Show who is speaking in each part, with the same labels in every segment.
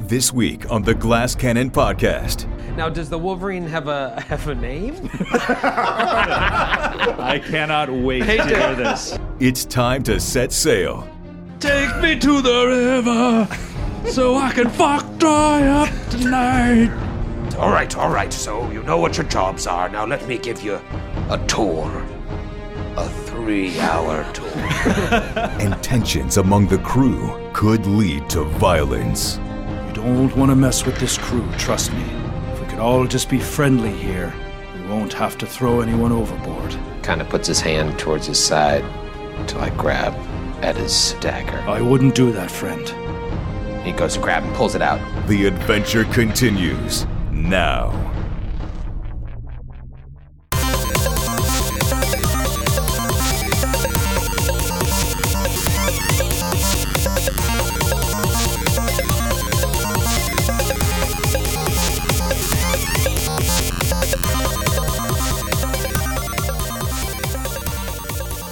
Speaker 1: This week on the Glass Cannon Podcast.
Speaker 2: Now, does the Wolverine have a have a name?
Speaker 3: I cannot wait
Speaker 2: Hey,
Speaker 3: to
Speaker 2: Dave.
Speaker 3: hear this.
Speaker 1: It's time to set sail.
Speaker 3: Take me to the river so I can fuck dry up tonight.
Speaker 4: All right, all right. So you know what your jobs are. Now let me give you a tour. A three hour tour.
Speaker 1: And tensions among the crew could lead to violence.
Speaker 5: You don't want to mess with this crew, trust me. If we could all just be friendly here, we won't have to throw anyone overboard.
Speaker 4: Kind of puts his hand towards his side until I grab at his dagger.
Speaker 5: I wouldn't do that, friend.
Speaker 4: He goes to grab and pulls it out.
Speaker 1: The adventure continues now.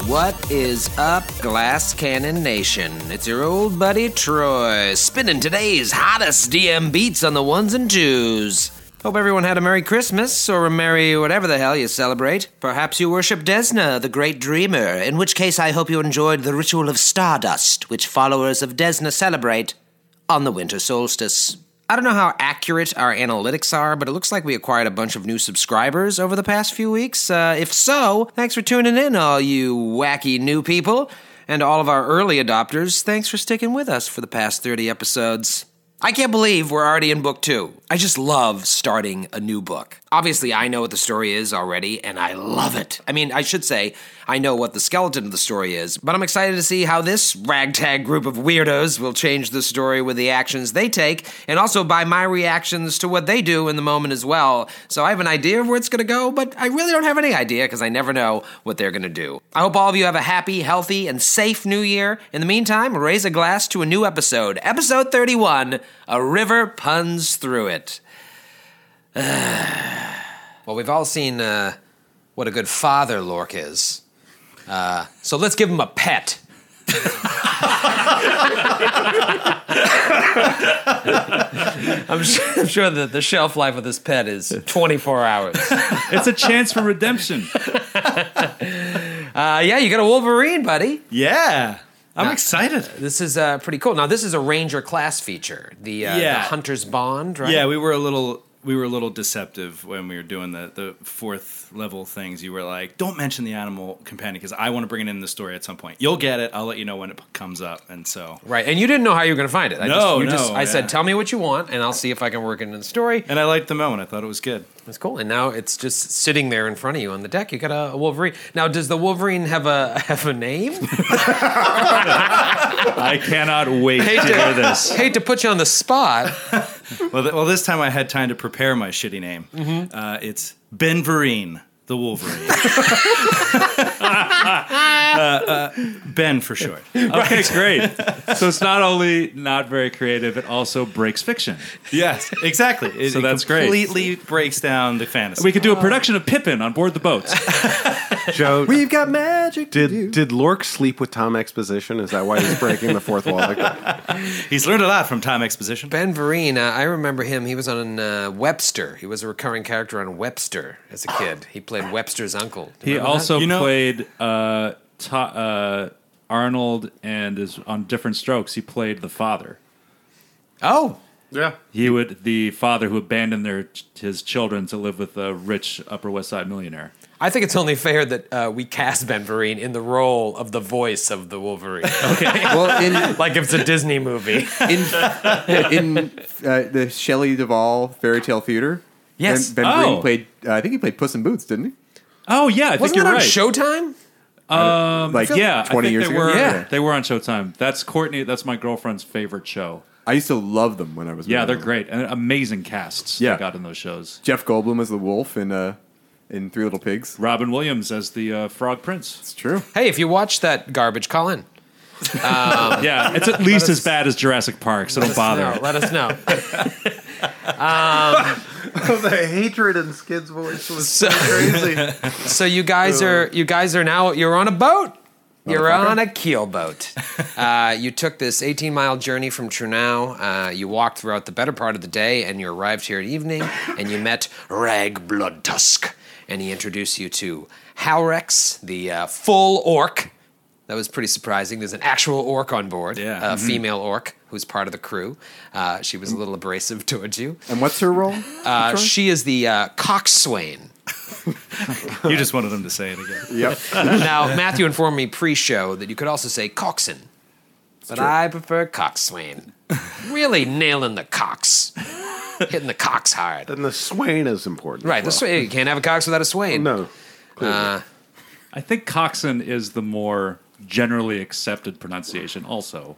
Speaker 4: What is up, Glass Cannon Nation? It's your old buddy Troy, spinning today's hottest DM beats on the ones and twos. Hope everyone had a Merry Christmas or a Merry whatever the hell you celebrate. Perhaps you worship Desna, the great dreamer, in which case I hope you enjoyed the ritual of stardust, which followers of Desna celebrate on the winter solstice. I don't know how accurate our analytics are, but it looks like we acquired a bunch of new subscribers over the past few weeks. Uh, if so, thanks for tuning in, all you wacky new people. And all of our early adopters, thanks for sticking with us for the past 30 episodes. I can't believe we're already in book two. I just love starting a new book. Obviously, I know what the story is already, and I love it. I mean, I should say, I know what the skeleton of the story is, but I'm excited to see how this ragtag group of weirdos will change the story with the actions they take, and also by my reactions to what they do in the moment as well. So I have an idea of where it's gonna go, but I really don't have any idea because I never know what they're gonna do. I hope all of you have a happy, healthy, and safe new year. In the meantime, raise a glass to a new episode, episode 31 A River Puns Through It. well, we've all seen uh, what a good father Lork is. Uh, so let's give him a pet. I'm sure, I'm sure that the shelf life of this pet is 24 hours.
Speaker 3: It's a chance for redemption.
Speaker 2: Uh, yeah, you got a Wolverine, buddy.
Speaker 3: Yeah. I'm excited.
Speaker 2: This is uh, pretty cool. Now, this is a Ranger class feature, the, uh, the
Speaker 3: Yeah.
Speaker 2: Hunter's Bond, right?
Speaker 3: Yeah, we were a little we were a little deceptive when we were doing the, the fourth level things. You were like, "Don't mention the animal companion because I want to bring it in the story at some point. You'll get it. I'll let you know when it p- comes up." And so,
Speaker 2: Right, and you didn't know how you were going to find it. I just,
Speaker 3: No,
Speaker 2: you
Speaker 3: no,
Speaker 2: Just, I
Speaker 3: yeah.
Speaker 2: said, tell me what you want, and I'll see if I can work it in the story.
Speaker 3: and I liked the moment. I thought it was good.
Speaker 2: That's cool. And now it's just sitting there in front of you on the deck. You got a, a Wolverine. Now, does the Wolverine have a have a name?
Speaker 3: I cannot wait to hear this.
Speaker 2: Hate to put you on the spot.
Speaker 3: Well, th- well, this time I had time to prepare my shitty name. Uh, it's Ben Vereen, the Wolverine. Uh, uh, ben for short.
Speaker 6: Okay, great. So it's not only not very creative, it also breaks fiction.
Speaker 3: Yes, exactly. It,
Speaker 6: So
Speaker 3: it
Speaker 6: that's great.
Speaker 3: Completely breaks down the fantasy.
Speaker 6: We could do a production of Pippin on board the boats.
Speaker 7: Joe,
Speaker 6: We've got magic.
Speaker 7: did did Lork sleep with Tom Exposition? Is that why he's breaking the fourth wall like that?
Speaker 3: He's learned a lot from Time Exposition.
Speaker 2: Ben Vereen, uh, I remember him. He was on uh, Webster. He was a recurring character on Webster as a kid. He played Webster's uncle. Do you
Speaker 6: He
Speaker 2: remember that?
Speaker 6: also
Speaker 3: You know-
Speaker 6: played uh, to- uh, Arnold and is on different strokes. He played the father.
Speaker 2: Oh,
Speaker 7: Yeah.
Speaker 6: He would the father who abandoned their his children to live with a rich Upper West Side millionaire.
Speaker 2: I think it's only fair that uh, we cast Ben Vereen in the role of the voice of the Wolverine.
Speaker 8: Well, in
Speaker 2: like if it's a Disney movie.
Speaker 8: in in uh, the Shelley Duvall fairy tale theater.
Speaker 2: Yes.
Speaker 8: Ben, ben
Speaker 6: Oh.
Speaker 8: Green played. Uh, I think he played Puss in Boots, didn't he?
Speaker 6: Oh yeah, I think
Speaker 2: Wasn't
Speaker 6: you're
Speaker 2: that on
Speaker 6: right.
Speaker 2: Showtime?
Speaker 8: Like
Speaker 6: yeah, Um, I
Speaker 8: twenty
Speaker 6: think
Speaker 8: years
Speaker 6: they
Speaker 8: ago.
Speaker 6: were
Speaker 2: Yeah.
Speaker 6: they were on Showtime. That's Courtney. That's my girlfriend's favorite show.
Speaker 8: I used to love them when I was.
Speaker 6: Yeah,
Speaker 8: growing
Speaker 6: they're
Speaker 8: up.
Speaker 6: great and amazing casts.
Speaker 8: Yeah.
Speaker 6: they got in those shows.
Speaker 8: Jeff Goldblum as the wolf in uh, in Three Little Pigs.
Speaker 6: Robin Williams as the uh, Frog Prince.
Speaker 8: It's true.
Speaker 2: Hey, if you watch that garbage, call in.
Speaker 6: Yeah, it's at least as bad as Jurassic Park, so don't bother.
Speaker 2: No, let us know.
Speaker 7: the hatred in Skid's voice was
Speaker 2: So-
Speaker 7: crazy.
Speaker 2: so you guys are you guys are now you're on a boat.
Speaker 4: You're
Speaker 9: motherfucker.
Speaker 4: on a keelboat. uh, you took this 18 mile journey from Trunau. Uh, you walked throughout the better part of the day, and you arrived here at evening, and you met Rag Bloodtusk, and he introduced you to Halrex, the uh, full orc. That was pretty surprising. There's an actual orc on board,
Speaker 3: Yeah.
Speaker 4: a female orc who's part of the crew. Uh, she was a little abrasive towards you.
Speaker 9: And what's her role?
Speaker 4: Uh, she is the uh, coxswain.
Speaker 3: You just wanted them to say it again.
Speaker 9: yep.
Speaker 4: now, Matthew informed me pre-show that you could also say coxswain, but I prefer coxswain. really nailing the cocks, hitting the cocks hard.
Speaker 7: And the swain is important. as
Speaker 4: Right, the
Speaker 7: well.
Speaker 4: swain. You can't have a cox without a swain.
Speaker 7: No.
Speaker 6: I think coxswain is the more generally accepted pronunciation, also,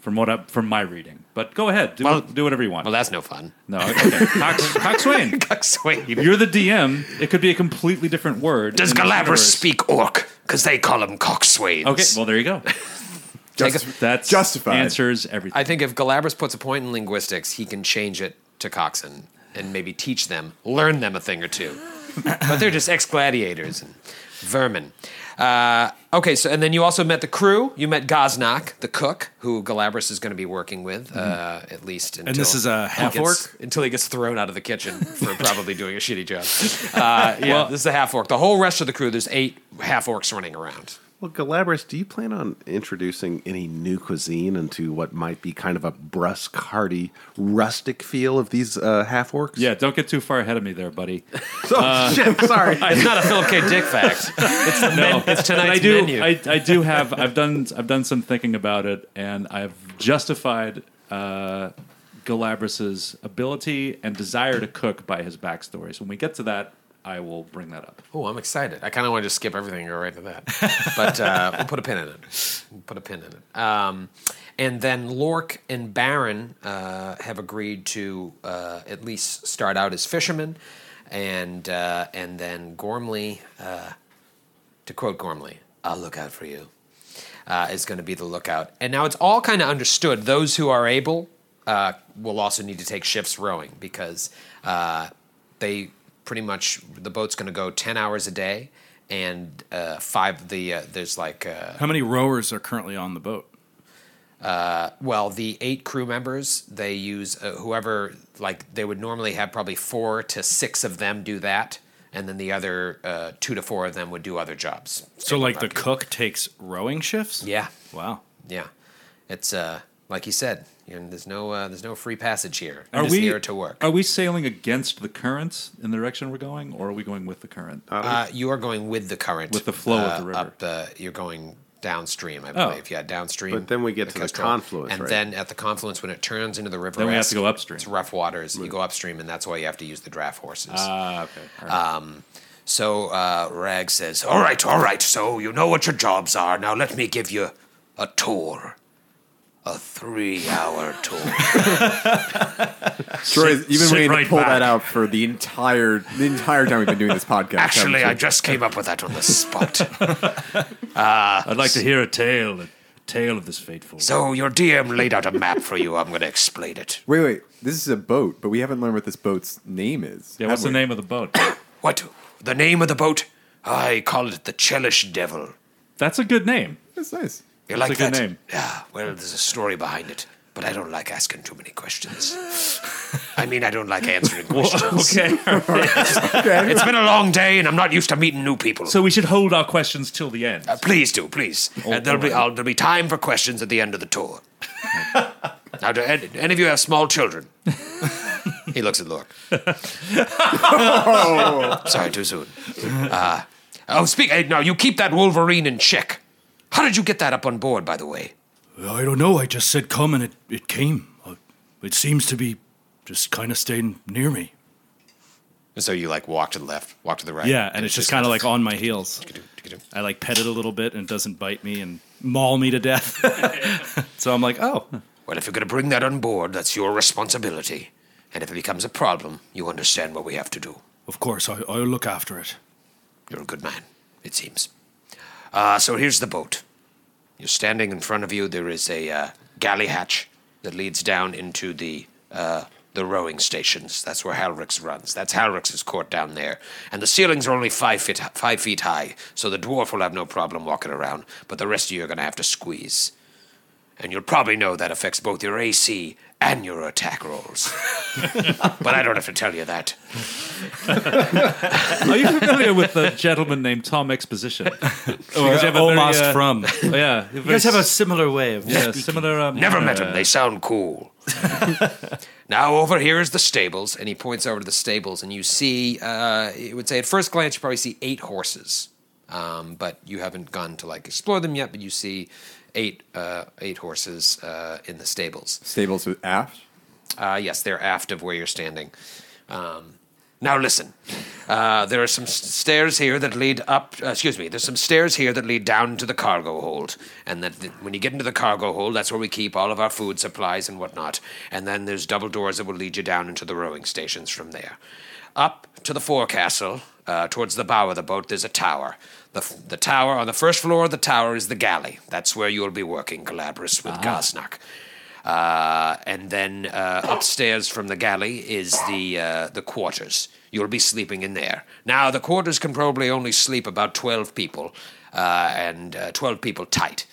Speaker 6: from what I, from my reading. But go ahead, do,
Speaker 4: Well-
Speaker 6: do whatever you want.
Speaker 4: Well, that's no fun.
Speaker 6: no, okay. Cox, coxswain.
Speaker 4: Coxswain.
Speaker 6: You're the DM. It could be a completely different word.
Speaker 4: Does
Speaker 6: in the
Speaker 4: Galabra
Speaker 6: universe.
Speaker 4: speak orc? Because they call them coxswains.
Speaker 6: Okay, well there you go.
Speaker 4: Take a-
Speaker 6: That's
Speaker 9: Justified.
Speaker 6: answers everything.
Speaker 4: I think if Galabras puts a point in linguistics, he can change it to coxswain and maybe teach them, learn them a thing or two. but they're just ex gladiators and vermin. Uh, okay, so and then you also met the crew. You met Gosnock, the cook, who Galabras is going to be working with, uh, at least. Until
Speaker 3: Mm-hmm. this is a
Speaker 4: he
Speaker 3: half
Speaker 4: gets-
Speaker 3: orc?
Speaker 4: until he gets thrown out of the kitchen for probably doing a shitty job. Uh, yeah, this is a half orc. The whole rest of the crew, there's eight half orcs running around.
Speaker 7: Well, Galabras, do you plan on introducing any new cuisine into what might be kind of a brusque, hearty, rustic feel of these uh, half orcs?
Speaker 6: yeah, don't get too far ahead of me there, buddy.
Speaker 7: Oh,
Speaker 4: Uh,
Speaker 7: shit. Sorry.
Speaker 4: It's not a Philip K. Dick fact. It's the men, it's
Speaker 6: And
Speaker 4: tonight's
Speaker 6: I do.
Speaker 4: menu.
Speaker 6: I, I do have. I've done. I've done some thinking about it, and I've justified uh, Galabras's ability and desire to cook by his backstory. So when we get to that, I will bring that up.
Speaker 4: Oh, I'm excited. I kind of want to just skip everything and go right to that. But uh, we'll put a pin in it. We'll put a pin in it. Um, and then Lork and Baron uh, have agreed to uh, at least start out as fishermen. And, uh, and then Gormley, uh, to quote Gormley, I'll look out for you, uh, is going to be the lookout. And now it's all kind of understood. Those who are able uh, will also need to take shifts rowing because uh, they pretty much the boat's going to go 10 hours a day and uh, five the uh, there's like uh,
Speaker 3: How many rowers are currently on the boat?
Speaker 4: well the eight crew members they use uh, whoever like they would normally have probably four to six of them do that and then the other uh, two to four of them would do other jobs
Speaker 3: So, like, the cook takes rowing shifts?
Speaker 4: yeah
Speaker 3: Wow.
Speaker 4: yeah it's uh like he said you know, there's no uh, there's no free passage here
Speaker 6: are
Speaker 4: I'm just
Speaker 6: we
Speaker 4: here to work
Speaker 6: Are we sailing against the current in the direction we're going, or are we going with the current?
Speaker 4: Uh, you are going with the current,
Speaker 6: With the flow of
Speaker 4: uh,
Speaker 6: the river.
Speaker 4: Up the, you're going downstream, I
Speaker 6: Oh.
Speaker 4: believe. Yeah, downstream.
Speaker 7: But then we get to the
Speaker 4: coastal.
Speaker 7: confluence,
Speaker 4: and
Speaker 7: right?
Speaker 4: then at the confluence, when it turns into the river,
Speaker 6: Then we have to go upstream.
Speaker 4: It's rough waters. You go upstream, and that's why you have to use the draft horses. Um,
Speaker 6: Ah, okay. All right.
Speaker 4: so uh, Rag says, "All right, all right. So you know what your jobs are. Now let me give you a tour." A three-hour tour.
Speaker 9: Troy, you've been
Speaker 4: sit
Speaker 9: waiting
Speaker 4: right
Speaker 9: to pull
Speaker 4: back.
Speaker 9: that out for the entire the entire time we've been doing this podcast.
Speaker 4: Actually, I
Speaker 9: haven't
Speaker 4: just came up with that on the spot.
Speaker 6: I'd like to hear a tale. A tale of this fateful.
Speaker 4: So your DM laid out a map for you. I'm going to explain it.
Speaker 9: you? wait, wait. This is a boat, but we haven't learned what this boat's name is.
Speaker 6: yeah,
Speaker 9: have
Speaker 6: what's the
Speaker 9: we?
Speaker 6: name of the boat?
Speaker 4: What? The name of the boat? I call it the Chellish Devil.
Speaker 6: That's a good name.
Speaker 9: That's nice.
Speaker 4: You
Speaker 6: That's
Speaker 4: like
Speaker 6: a good
Speaker 4: that?
Speaker 6: name.
Speaker 4: Yeah. Well, there's a story behind it, but I don't like asking too many questions. I mean, I don't like answering questions.
Speaker 6: Okay.
Speaker 4: It's been a long day, and I'm not used to meeting new people.
Speaker 6: So we should hold our questions till the end.
Speaker 4: Uh, please do, please. Uh, there'll be I'll, there'll be time for questions at the end of the tour. now, do any, any of you have small children? he looks at Lork. Sorry, too soon. Uh, oh, speak. Hey, now you keep that Wolverine in check. How did you get that up on board, by the way?
Speaker 3: I don't know. I just said come and it, it came. Uh, It seems to be just kind of staying near me.
Speaker 4: And so you like walk to the left, walk to the right.
Speaker 3: Yeah, and it's just kind of like on my heels. I like pet it a little bit and it doesn't bite me and maul me to death. so I'm like, oh,
Speaker 4: Well, if you're going to bring that on board, that's your responsibility. And if it becomes a problem, you understand what we have to do.
Speaker 3: of course, I, I'll look after it.
Speaker 4: You're a good man, it seems. Uh, so here's the boat. You're standing in front of you. There is a uh, galley hatch that leads down into the uh, the rowing stations. That's where Halrix runs. That's Halrix's court down there. And the ceilings are only five feet, five feet high, so the dwarf will have no problem walking around, but the rest of you are going to have to squeeze. And you'll probably know that affects both your AC and your attack rolls. but I don't have to tell you that.
Speaker 6: Are you familiar with the gentleman named Tom Exposition?
Speaker 3: Or
Speaker 6: have a
Speaker 3: almost
Speaker 6: very, uh,
Speaker 3: from. You
Speaker 6: yeah, you
Speaker 3: guys have a similar way of.
Speaker 6: yeah, similar. Um,
Speaker 4: Never met them. They sound cool. now over here is the stables, and he points over to the stables, and you see. Uh, it would say at first glance you probably see eight horses, um, but you haven't gone to like explore them yet. But you see eight uh, eight horses uh, in the stables.
Speaker 9: Stables with aft.
Speaker 4: Uh, yes, they're aft of where you're standing. Um, now listen, uh, there are some s- stairs here that lead up. Uh, excuse me, there's some stairs here that lead down to the cargo hold, and that th- when you get into the cargo hold, that's where we keep all of our food supplies and whatnot. And then there's double doors that will lead you down into the rowing stations from there. Up to the forecastle, uh, towards the bow of the boat, there's a tower. The, f- the tower on the first floor of the tower is the galley. That's where you'll be working, Galabras, with Gosnock. Uh, and then uh, upstairs from the galley is the uh, the quarters. You'll be sleeping in there. Now the quarters can probably only sleep about twelve people, uh, and uh, twelve people tight.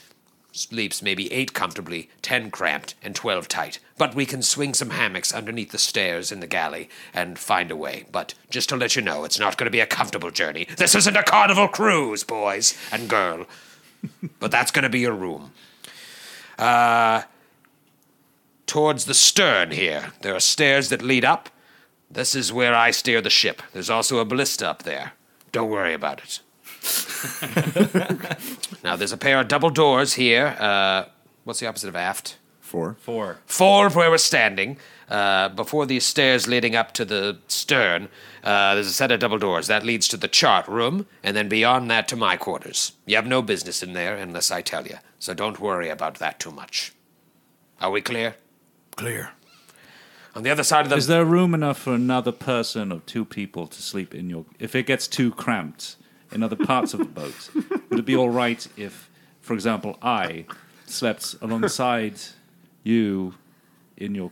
Speaker 4: Sleeps maybe eight comfortably, ten cramped, and twelve tight. But we can swing some hammocks underneath the stairs in the galley and find a way. But just to let you know, it's not going to be a comfortable journey. This isn't a carnival cruise, boys and girl. but that's going to be your room. towards the stern here. There are stairs that lead up. This is where I steer the ship. There's also a ballista up there. Don't worry about it. now, there's a pair of double doors here. Uh, what's the opposite of aft?
Speaker 9: Four.
Speaker 3: Four.
Speaker 4: Four of where we're standing. Uh, before these stairs leading up to the stern, uh, there's a set of double doors. That leads to the chart room, and then beyond that to my quarters. You have no business in there unless I tell you, so don't worry about that too much. Are we clear?
Speaker 3: Clear.
Speaker 4: On the other side of the
Speaker 6: Is there room enough for another person or two people to sleep in your? If it gets too cramped in other parts of the boat, would it be all right if, for example, I slept alongside you in your?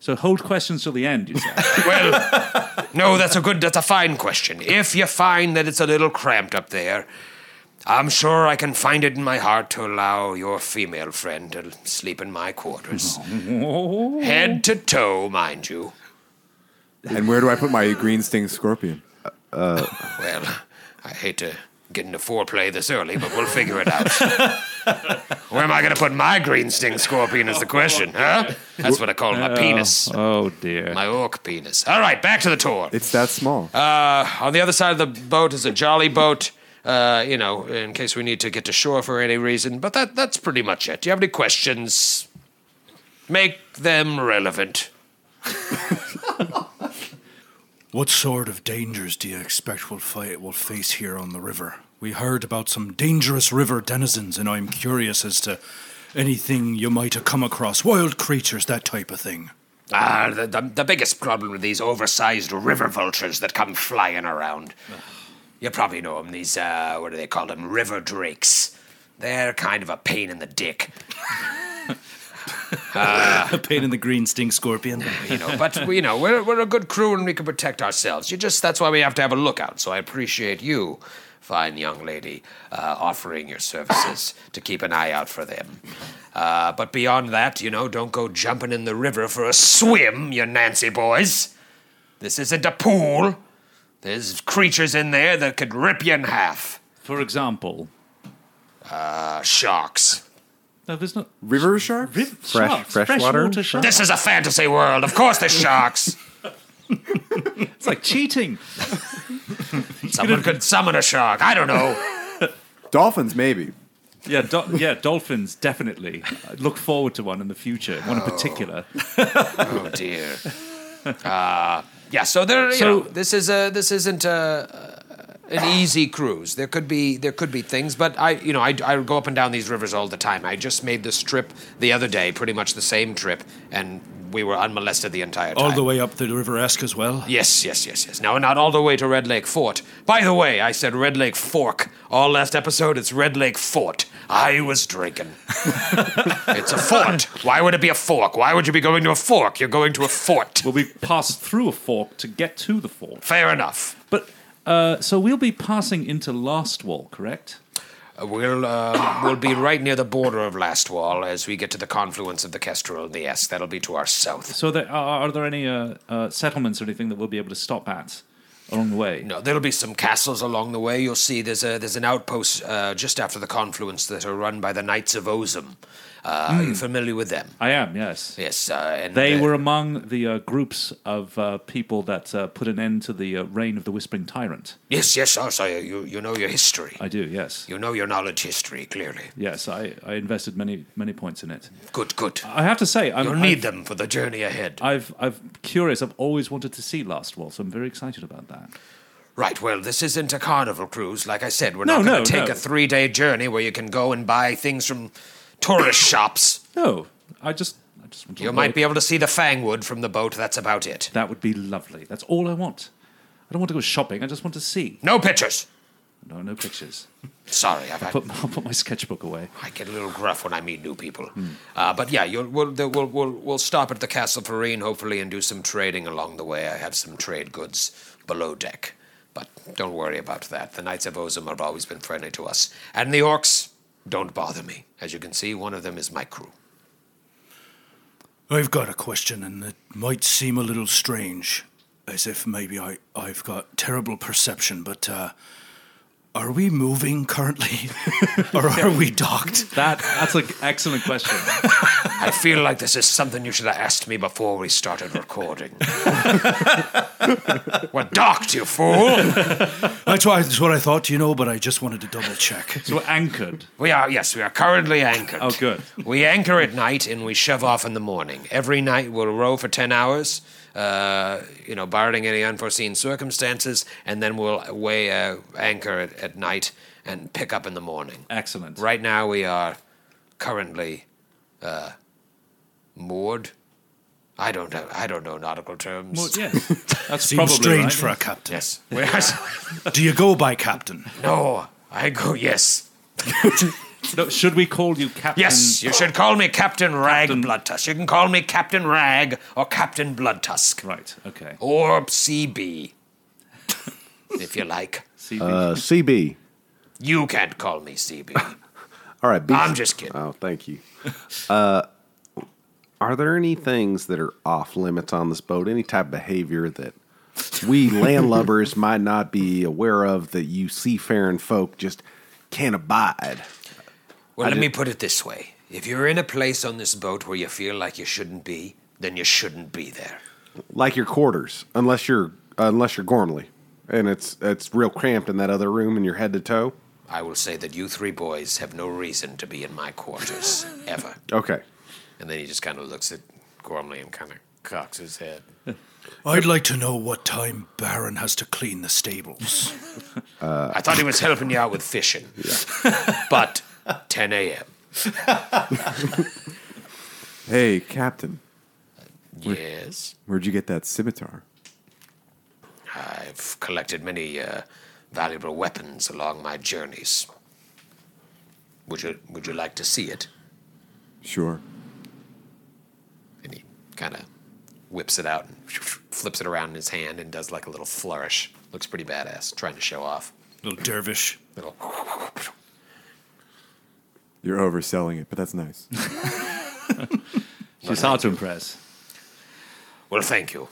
Speaker 6: So hold questions till the end. You said.
Speaker 4: Well, no, that's a good, that's a fine question. If you find that it's a little cramped up there, I'm sure I can find it in my heart to allow your female friend to sleep in my quarters. Head to toe, mind you.
Speaker 9: And where do I put my green sting scorpion?
Speaker 4: Well, I hate to get into foreplay this early, but we'll figure it out. Where am I going to put my green sting scorpion is the question, huh? That's what I call my penis,
Speaker 6: Oh dear.
Speaker 4: my orc penis. All right, back to the tour.
Speaker 9: It's that small.
Speaker 4: on the other side of the boat is a jolly boat. Uh, you know, in case we need to get to shore for any reason. But that that's pretty much it. Do you have any questions? Make them relevant.
Speaker 10: What sort of dangers do you expect we'll, fi- we'll face here on the river? We heard about some dangerous river denizens, and I'm curious as to anything you might have come across wild creatures, that type of thing.
Speaker 4: Ah, the, the, the biggest problem with these oversized river vultures that come flying around. You probably know them. These uh, what do they call them? River drakes. They're kind of a pain in the dick.
Speaker 3: A pain in the green sting scorpion.
Speaker 4: you know. But you know, we're we're a good crew and we can protect ourselves. You just that's why we have to have a lookout. So I appreciate you, fine young lady, uh, offering your services to keep an eye out for them. Uh, but beyond that, you know, don't go jumping in the river for a swim, you Nancy boys. This isn't a pool. There's creatures in there that could rip you in half.
Speaker 6: For example,
Speaker 4: Uh, sharks.
Speaker 6: no, there's not.
Speaker 9: River shark?
Speaker 6: Fresh,
Speaker 7: freshwater?
Speaker 6: sharks.
Speaker 4: This is a fantasy world. Of course, there's sharks.
Speaker 6: It's like cheating.
Speaker 4: Someone could summon a shark. I don't know.
Speaker 9: Dolphins, maybe.
Speaker 6: Yeah, do- yeah, dolphins definitely. I look forward to one in the future. One in particular.
Speaker 4: Oh dear. Uh, yeah. So there. You
Speaker 6: So-
Speaker 4: know, this is a. This isn't a. An easy cruise. There could be there could be things, but I you know I, I go up and down these rivers all the time. I just made this trip the other day, pretty much the same trip, and we were unmolested the entire time.
Speaker 10: All the way up the River Esk as well?
Speaker 4: Yes, yes, yes, yes. Now, not all the way to Red Lake Fort. By the way, I said Red Lake Fork. All last episode, it's Red Lake Fort. I was drinking. it's a fort. Why would it be a fork? Why would you be going to a fork? You're going to a fort.
Speaker 6: Well, we passed through a fork to get to the fork.
Speaker 4: Fair enough.
Speaker 6: But uh, so we'll be passing into Last Wall, correct?
Speaker 4: Uh, We'll uh, we'll be right near the border of Last Wall as we get to the confluence of the Kestrel and the S. That'll be to our south.
Speaker 6: So there, are, are there any uh, uh, settlements or anything that we'll be able to stop at along the way?
Speaker 4: No, there'll be some castles along the way. You'll see there's a there's an outpost uh, just after the confluence that are run by the Knights of Ozum. Uh, Are you familiar with them?
Speaker 6: I am, yes.
Speaker 4: Yes, uh, and
Speaker 6: Hmm. They
Speaker 4: uh,
Speaker 6: were among the uh, groups of uh, people that uh, put an end to the uh, reign of the Whispering Tyrant.
Speaker 4: Yes, yes, oh, so you you know your history.
Speaker 6: I do, yes.
Speaker 4: You know your knowledge history clearly.
Speaker 6: Yes, I, I invested many many points in it.
Speaker 4: Good, good.
Speaker 6: Um, I have to say, I'm,
Speaker 4: You'll need
Speaker 6: I've,
Speaker 4: them for the journey ahead.
Speaker 6: I've I'm curious. I've always wanted to see Last Wall, so I'm very excited about that.
Speaker 4: Right, well, this isn't a carnival cruise. Like I said, we're
Speaker 6: No,
Speaker 4: not going
Speaker 6: no,
Speaker 4: to take
Speaker 6: no.
Speaker 4: a three day journey where you can go and buy things from tourist shops.
Speaker 6: No, I just I just want to.
Speaker 4: You might be able to see the Fangwood from the boat, that's about it.
Speaker 6: That would be lovely. That's all I want. I don't want to go shopping. I just want to see.
Speaker 4: No pictures!
Speaker 6: No, no pictures.
Speaker 4: Sorry, I've had
Speaker 6: Put I'll put my sketchbook away.
Speaker 4: I get a little gruff when I meet new people.
Speaker 6: Hmm.
Speaker 4: Uh, but yeah, you'll, we'll, the- we'll, we'll, we'll stop at the Castle Farine, hopefully, and do some trading along the way. I have some trade goods below deck. But don't worry about that. The Knights of Ozum have always been friendly to us. And the orcs don't bother me. As you can see, one of them is my crew.
Speaker 10: I've got a question, and it might seem a little strange, as if maybe I, I've got terrible perception, but uh, are we moving currently? or are we docked?
Speaker 6: That that's an excellent question.
Speaker 4: I feel like this is something you should have asked me before we started recording. We're docked, you fool!
Speaker 10: That's, why, that's what I thought, you know, but I just wanted to double check.
Speaker 6: So we're anchored.
Speaker 4: We are, yes, we are currently anchored.
Speaker 6: Oh, good.
Speaker 4: We anchor at night and we shove off in the morning. Every night we'll row for 10 hours, uh, you know, barring any unforeseen circumstances, and then we'll weigh uh, anchor at, at night and pick up in the morning.
Speaker 6: Excellent.
Speaker 4: Right now we are currently uh, moored. I don't know. I don't know nautical terms.
Speaker 6: Well, yes, that's
Speaker 10: Seems
Speaker 6: probably
Speaker 10: strange
Speaker 6: right.
Speaker 10: for a captain.
Speaker 4: Yes. We are-
Speaker 10: Do you go by captain?
Speaker 4: no, I go, yes.
Speaker 6: No, should we call you Captain?
Speaker 4: Yes, you should call me Captain Rag Bloodtusk. You can call me Captain Rag or Captain Bloodtusk.
Speaker 6: Right. Okay.
Speaker 4: Or CB, if you like.
Speaker 6: CV.
Speaker 7: Uh, CB.
Speaker 4: You can't call me CB.
Speaker 7: All right. Be-
Speaker 4: I'm just kidding.
Speaker 7: Oh, thank you. Uh, are there any things that are off limits on this boat? Any type of behavior that we landlubbers might not be aware of that you seafaring folk just can't abide?
Speaker 4: Well, let me put it this way if you're in a place on this boat where you feel like you shouldn't be, then you shouldn't be there.
Speaker 7: Like your quarters, unless you're unless you're Gormley, and it's it's real cramped in that other room, and you're head to toe.
Speaker 4: I will say that you three boys have no reason to be in my quarters, ever.
Speaker 7: Okay.
Speaker 4: And then he just kind of looks at Gormley and kind of cocks his head.
Speaker 10: I'd like to know what time Baron has to clean the stables.
Speaker 4: I thought he was helping you out with fishing. but 10 a.m.
Speaker 8: Hey, Captain,
Speaker 4: Yes.
Speaker 8: where'd you get that scimitar?
Speaker 4: I've collected many uh, valuable weapons along my journeys. Would you Would you like to see it?
Speaker 8: Sure.
Speaker 4: And he kind of whips it out and flips it around in his hand and does like a little flourish. Looks pretty badass, trying to show off.
Speaker 10: Little dervish.
Speaker 4: Little.
Speaker 8: You're overselling it, but that's nice.
Speaker 6: She's hard to impress.
Speaker 4: Well, thank you.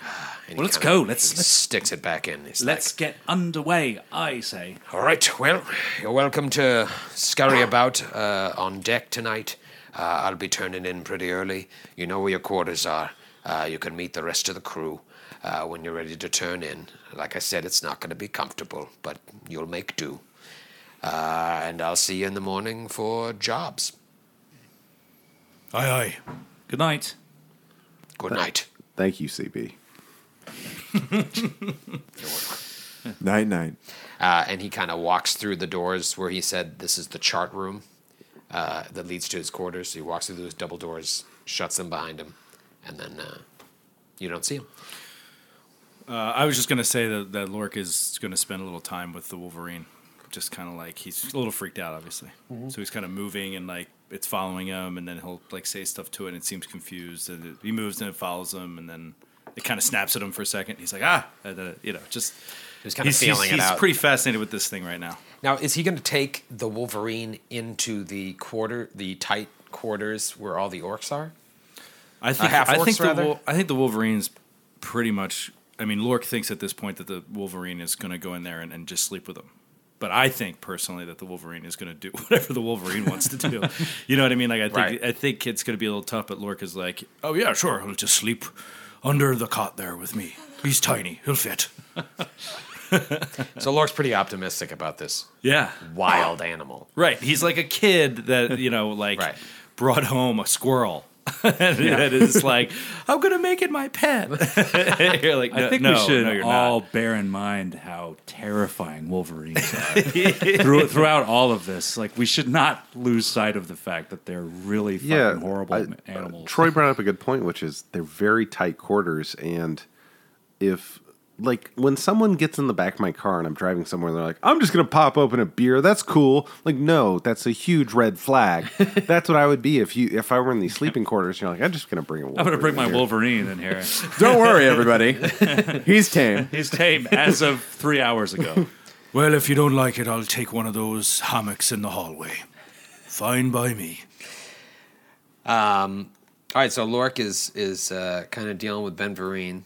Speaker 4: And he
Speaker 6: Well, let's
Speaker 4: kinda-
Speaker 6: go. Let's-
Speaker 4: he
Speaker 6: let's-
Speaker 4: sticks it back in. He's
Speaker 6: Let's get underway. I say.
Speaker 4: All right, well, you're welcome to scurry about uh, on deck tonight. Uh, I'll be turning in pretty early. You know where your quarters are. Uh, you can meet the rest of the crew uh, when you're ready to turn in. Like I said, it's not going to be comfortable, but you'll make do. Uh, and I'll see you in the morning for jobs.
Speaker 10: Aye, aye.
Speaker 6: Good night.
Speaker 4: Good night.
Speaker 7: Thank you, CB.
Speaker 8: night, night.
Speaker 4: Uh, and he kind of walks through the doors where he said this is the chart room uh, that leads to his quarters. He walks through those double doors, shuts them behind him, and then uh, you don't see him.
Speaker 3: Uh, I was just gonna say that that Lork is gonna spend a little time with the Wolverine, just kind of like he's a little freaked out, obviously.
Speaker 6: Mm-hmm.
Speaker 10: Mhm.
Speaker 3: So he's kind of moving and like it's following him, and then he'll like say stuff to it, and it seems confused, and it, he moves and it follows him, and then it kind of snaps at him for a second. and he's like, ah, and then, you know, just
Speaker 4: He's kinda
Speaker 3: he's- he's-
Speaker 4: feeling it
Speaker 3: he's
Speaker 4: out.
Speaker 3: pretty fascinated with this thing right now.
Speaker 4: Now, is he going to take the Wolverine into the quarter, the tight quarters where all the orcs are?
Speaker 3: I think
Speaker 4: uh, half
Speaker 3: I
Speaker 4: orcs,
Speaker 3: think the
Speaker 4: rather?
Speaker 3: Wol- I think the Wolverine's pretty much. I mean, Lork thinks at this point that the Wolverine is going to go in there and, and just sleep with him. But I think personally that the Wolverine is going to do whatever the Wolverine wants to do. you know what I mean? Like I think
Speaker 10: Right.
Speaker 3: I think it's going to be a little tough. But Lork is like,
Speaker 10: Oh, yeah, sure. He'll just sleep under the cot there with me. He's tiny. He'll fit.
Speaker 4: so Lork's pretty optimistic about this.
Speaker 3: Yeah.
Speaker 4: Wild animal.
Speaker 3: right, he's like a kid that you know, like brought home a squirrel. and
Speaker 6: Yeah.
Speaker 3: it is like I'm gonna make it my pet. you're like,
Speaker 6: I
Speaker 3: "No,
Speaker 6: think we
Speaker 3: no,
Speaker 6: should
Speaker 3: no, you're not."
Speaker 6: all bear in mind how terrifying Wolverines are Through, throughout all of this. Like, we should not lose sight of the fact that they're really fucking horrible
Speaker 7: I-
Speaker 6: ma-
Speaker 8: uh,
Speaker 6: animals.
Speaker 7: Troy brought up a good point, which is they're very tight quarters, and if like when someone gets in the back of my car and I'm driving somewhere, they're like, "I'm just gonna pop open a beer. That's cool." Like, no, that's a huge red flag. that's what I would be if you if I were in these sleeping quarters. You're like, "I'm just gonna bring a
Speaker 6: I'm going to bring
Speaker 7: Wolverine
Speaker 6: my
Speaker 7: here."
Speaker 6: Wolverine in here.
Speaker 8: Don't worry, everybody. He's tame.
Speaker 6: He's tame as of three hours ago.
Speaker 10: Well, if you don't like it, I'll take one of those hammocks in the hallway. Fine by me.
Speaker 4: Um, all right, so Lork is is uh, kind of dealing with Ben Vereen.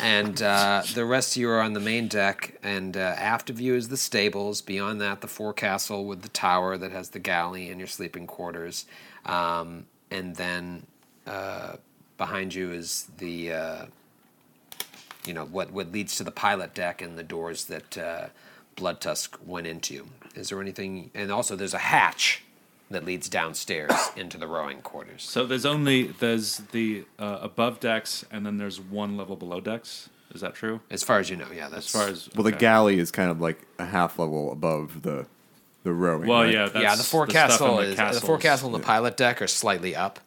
Speaker 4: and uh, the rest of you are on the main deck, and uh, aft of you is the stables. Beyond that, the forecastle with the tower that has the galley and your sleeping quarters. Um, and then uh, behind you is the uh, you know what what leads to the pilot deck and the doors that uh, Blood Tusk went into. Is there anything? And also, there's a hatch that leads downstairs into the rowing quarters.
Speaker 6: So there's only there's the uh, above decks, and then there's one level below decks. Is that true?
Speaker 4: As far as you know, yeah. That's
Speaker 6: as far as
Speaker 8: Well, the
Speaker 6: okay.
Speaker 8: galley is kind of like a half level above the the rowing.
Speaker 6: Well,
Speaker 8: right?
Speaker 6: yeah,
Speaker 4: yeah, the forecastle is the forecastle and the pilot deck are slightly up,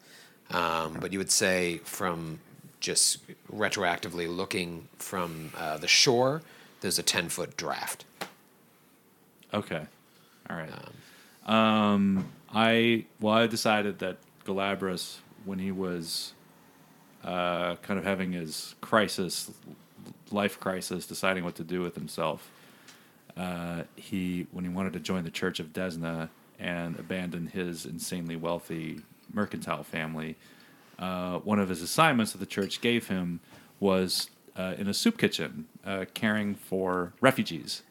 Speaker 4: um, but you would say from just retroactively looking from uh, the shore, there's a ten foot draft.
Speaker 6: Okay. All right. Um, I well, I decided that Galabras, when he was uh, kind of having his crisis, life crisis, deciding what to do with himself, uh, he when he wanted to join the Church of Desna and abandon his insanely wealthy mercantile family, uh, one of his assignments that the church gave him was uh, in a soup kitchen, uh, caring for refugees.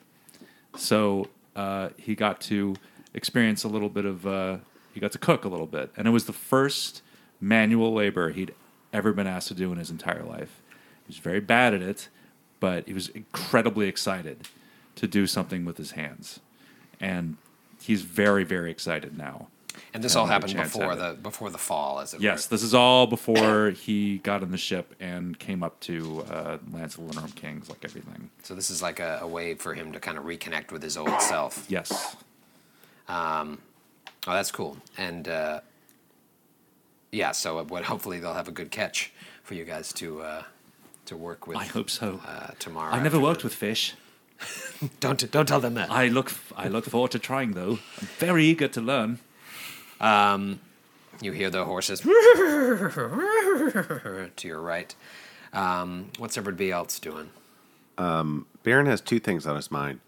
Speaker 6: So uh, he got to experience a little bit of, uh, he got to cook a little bit. And it was the first manual labor he'd ever been asked to do in his entire life. He was very bad at it, but he was incredibly excited to do something with his hands. And he's very, very excited now.
Speaker 4: And this
Speaker 6: to
Speaker 4: all
Speaker 6: have another
Speaker 4: happened
Speaker 6: chance at
Speaker 4: before
Speaker 6: it.
Speaker 4: the before the fall, as it
Speaker 6: Yes,
Speaker 4: were.
Speaker 6: this is all before he got on the ship and came up to uh, Lance of the Linorum Kings, like everything.
Speaker 4: So this is like a, a way for him to kind of reconnect with his old self.
Speaker 6: Yes.
Speaker 4: Um, oh, that's cool. And uh, yeah, so what? Hopefully, they'll have a good catch for you guys to uh, to work with.
Speaker 6: I hope so.
Speaker 4: Uh, tomorrow,
Speaker 6: I've never worked with fish.
Speaker 4: don't don't tell them that.
Speaker 6: I look I look forward to trying though. I'm very eager to learn.
Speaker 4: Um, you hear the horses to your right. Um, what's everybody else doing?
Speaker 7: um, Baron has two things on his mind.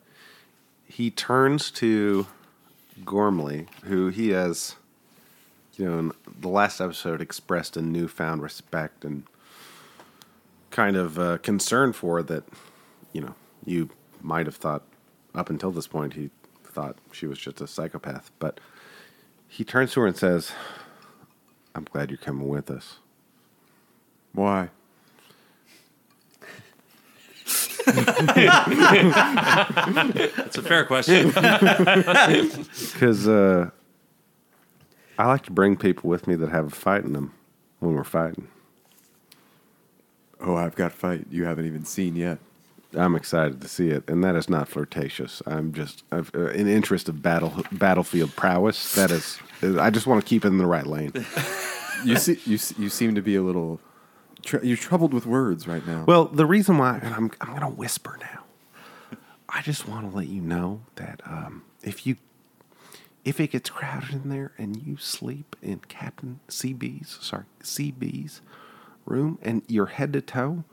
Speaker 7: He turns to Gormley, who he has, you know, in the last episode expressed a newfound respect and kind of uh, concern for that, you know, you might have thought up until this point he thought she was just a psychopath. But he turns to her and says, I'm glad you're coming with us.
Speaker 8: Why?
Speaker 6: That's a fair question.
Speaker 7: Because uh, I like to bring people with me that have a fight in them when we're fighting.
Speaker 8: Oh, I've got fight you haven't even seen yet.
Speaker 7: I'm excited to see it, and that is not flirtatious. I'm just I've, uh, in interest of battle battlefield prowess. That is, I just want to keep it in the right lane.
Speaker 8: you see, you s- you seem to be a little. Tr- you're troubled with words right now.
Speaker 7: Well, the reason why and I'm I'm gonna whisper now. I just want to let you know that um, if you if it gets crowded in there and you sleep in Captain CB's sorry CB's room and you're head to toe,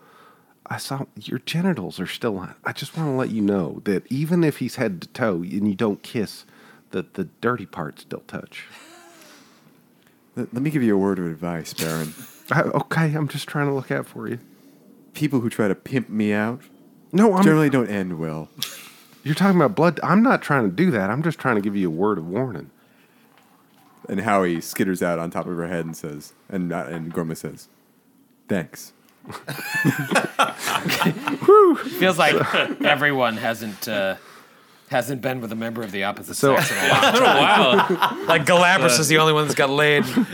Speaker 7: I saw your genitals are still on. I just want to let you know that even if he's head to toe and you don't kiss, that the dirty parts still touch.
Speaker 8: let, let me give you a word of advice, Baron.
Speaker 7: I, okay, I'm just trying to look out for you.
Speaker 8: People who try to pimp me out,
Speaker 7: No,
Speaker 6: Um,
Speaker 7: I'm
Speaker 8: generally don't end well.
Speaker 7: You're talking about blood. I'm not trying to do that. I'm just trying to give you a word of warning.
Speaker 8: And Howie skitters out on top of her head and says, and uh, and Gorma says, "Thanks."
Speaker 4: Feels like everyone hasn't uh, hasn't been with a member of the opposite
Speaker 7: So-
Speaker 4: sex in a long time. Like Galabras is the only one that's got laid.
Speaker 6: and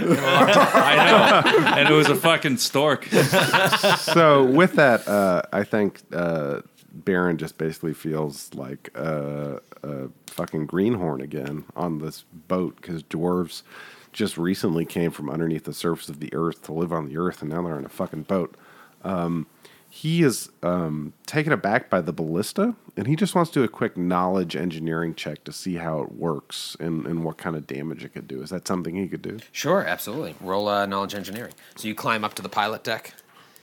Speaker 6: it was a fucking stork.
Speaker 7: so with that, uh, I think uh, Baron just basically feels like uh, a fucking greenhorn again on this boat because dwarves just recently came from underneath the surface of the earth to live on the earth, and now they're on a fucking boat. Um, he is um, taken aback by the ballista, and he just wants to do a quick knowledge engineering check to see how it works and, and what kind of damage it could do. Is that something he could do?
Speaker 4: Sure, absolutely. Roll uh, knowledge engineering. So you climb up to the pilot deck,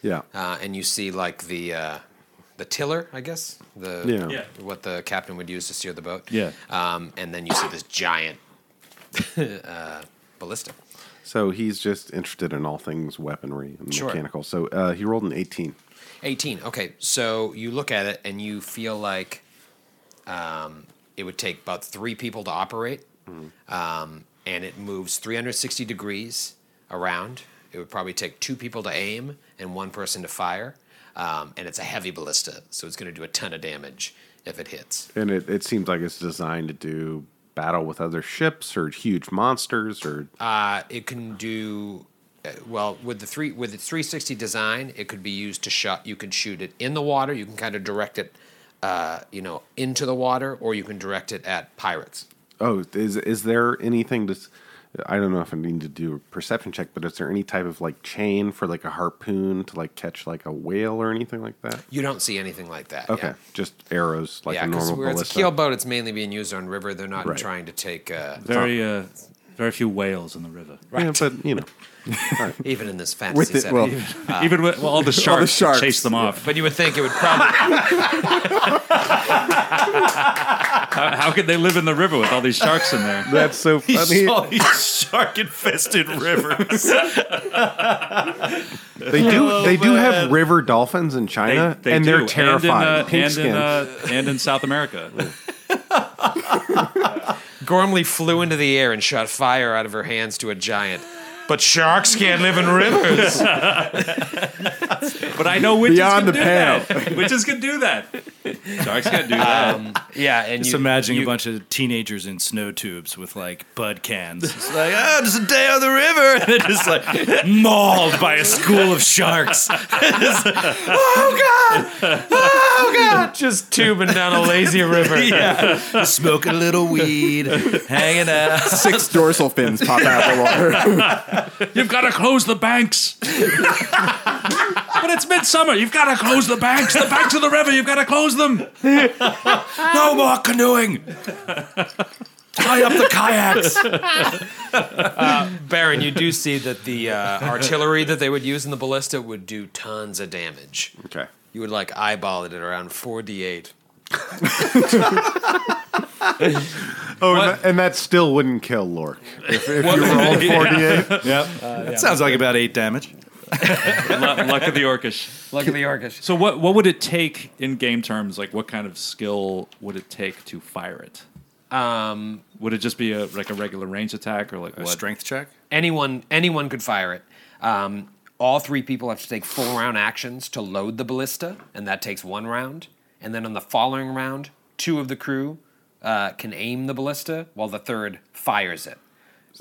Speaker 7: Yeah.
Speaker 4: uh, and you see like the uh, the tiller, I guess, the
Speaker 7: Yeah. Yeah.
Speaker 4: what the captain would use to steer the boat.
Speaker 6: Yeah.
Speaker 4: Um, and then you see this giant uh, ballista.
Speaker 7: So he's just interested in all things weaponry and
Speaker 4: Sure.
Speaker 7: mechanical. So uh, he rolled an 18.
Speaker 4: 18. Okay, so you look at it and you feel like um, it would take about three people to operate, um, and it moves 360 degrees around. It would probably take two people to aim and one person to fire, um, and it's a heavy ballista, so it's going to do a ton of damage if it hits.
Speaker 7: And it, it seems like it's designed to do battle with other ships or huge monsters or.
Speaker 4: Uh, it can do. uh, Well, with the three with its 360 design, it could be used to shot. You could shoot it in the water. You can kind of direct it, uh, you know, into the water, or you can direct it at pirates.
Speaker 7: Oh, is, is there anything to. s- I don't know if I need to do a perception check, but is there any type of like chain for like a harpoon to like catch like a whale or anything like that?
Speaker 4: You don't see anything like that.
Speaker 7: Okay,
Speaker 4: Yeah.
Speaker 7: just arrows like
Speaker 4: yeah,
Speaker 7: a
Speaker 4: because
Speaker 7: normal
Speaker 4: where it's a
Speaker 7: ballista.
Speaker 4: keel boat, it's mainly being used on river. They're not
Speaker 7: Right.
Speaker 4: trying to take, uh,
Speaker 6: Very, uh, very few whales in the river.
Speaker 7: Yeah, but you know,
Speaker 4: even in this fantasy
Speaker 8: With it,
Speaker 4: setting.
Speaker 8: well,
Speaker 6: Even with well, all the sharks,
Speaker 8: sharks.
Speaker 6: chase them off.
Speaker 4: but you would think it would probably.
Speaker 6: How, how could they live in the river with all these sharks in there?
Speaker 7: that's so funny.
Speaker 3: shark infested rivers.
Speaker 7: They do. They do have river dolphins in China, Uh, and
Speaker 6: do.
Speaker 7: they're terrifying. Pink
Speaker 6: And in, uh, and, in,
Speaker 7: skin.
Speaker 6: uh, and in South America.
Speaker 4: Gormley flew into the air and shot fire out of her hands to a giant. But sharks can't live in rivers.
Speaker 6: But I know witches
Speaker 8: Beyond
Speaker 6: can
Speaker 8: the
Speaker 6: do that. Witches can do that. Sharks can do that.
Speaker 4: yeah, and
Speaker 3: Just
Speaker 4: you,
Speaker 3: imagine
Speaker 4: you,
Speaker 3: a bunch of teenagers in snow tubes with like bud cans. It's like, oh, just a day on the river. And they're just like mauled by a school of sharks. "Oh,
Speaker 4: just tubing down a lazy river.
Speaker 3: Smoke a little weed, hanging out.
Speaker 8: Six dorsal fins pop out of the water.
Speaker 6: You've got to close the banks. but it's midsummer. You've got to close the banks. The banks of the river. You've got to close them.
Speaker 3: No more canoeing. Tie up the kayaks.
Speaker 4: Baron, you do see that the uh, artillery that they would use in the ballista would do tons of damage.
Speaker 7: okay.
Speaker 4: You would like eyeball it at around 4d8.
Speaker 7: Oh, and that, and that still wouldn't kill Lork. If, if you rolled 48.
Speaker 3: Sounds like about eight damage.
Speaker 6: Lu- Luck of the Orcish.
Speaker 4: Look at the Orcish.
Speaker 6: So what? What would it take in game terms? Like, what kind of skill would it take to fire it?
Speaker 4: Um,
Speaker 6: Would it just be a like a regular range attack or like what?
Speaker 3: Strength check.
Speaker 4: anyone anyone could fire it. Um, all three people have to take full round actions to load the ballista, and that takes one round. And then on the following round, two of the crew uh, can aim the ballista, while the third fires it,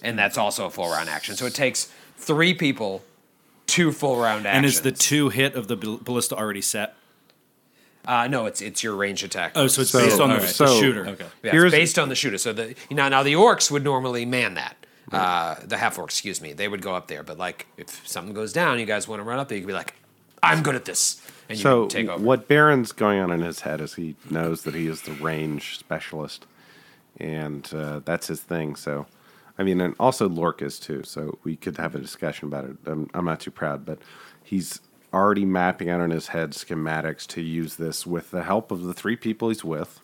Speaker 4: and that's also a full round action. So it takes three people, two full round
Speaker 3: And
Speaker 4: actions.
Speaker 3: is the two hit of the ball- ballista already set?
Speaker 4: uh, no? It's it's your range attack.
Speaker 3: Oh, so it's
Speaker 7: So-
Speaker 3: based on the,
Speaker 7: alright. so-
Speaker 3: the shooter.
Speaker 6: Okay.
Speaker 4: Yeah,
Speaker 7: Here's-
Speaker 4: it's based on the shooter. So the you know now the orcs would normally man that. Uh, the half orcs, excuse me. They would go up there, but like if something goes down, you guys want to run up there. You could be like, "I'm good at this," and you
Speaker 7: so
Speaker 4: take over.
Speaker 7: what Baron's going on in his head is he knows that he is the range specialist, and uh, that's his thing. So, I mean, and also Lork is too. So we could have a discussion about it. I'm, I'm not too proud, but he's already mapping out in his head schematics to use this with the help of the three people he's with,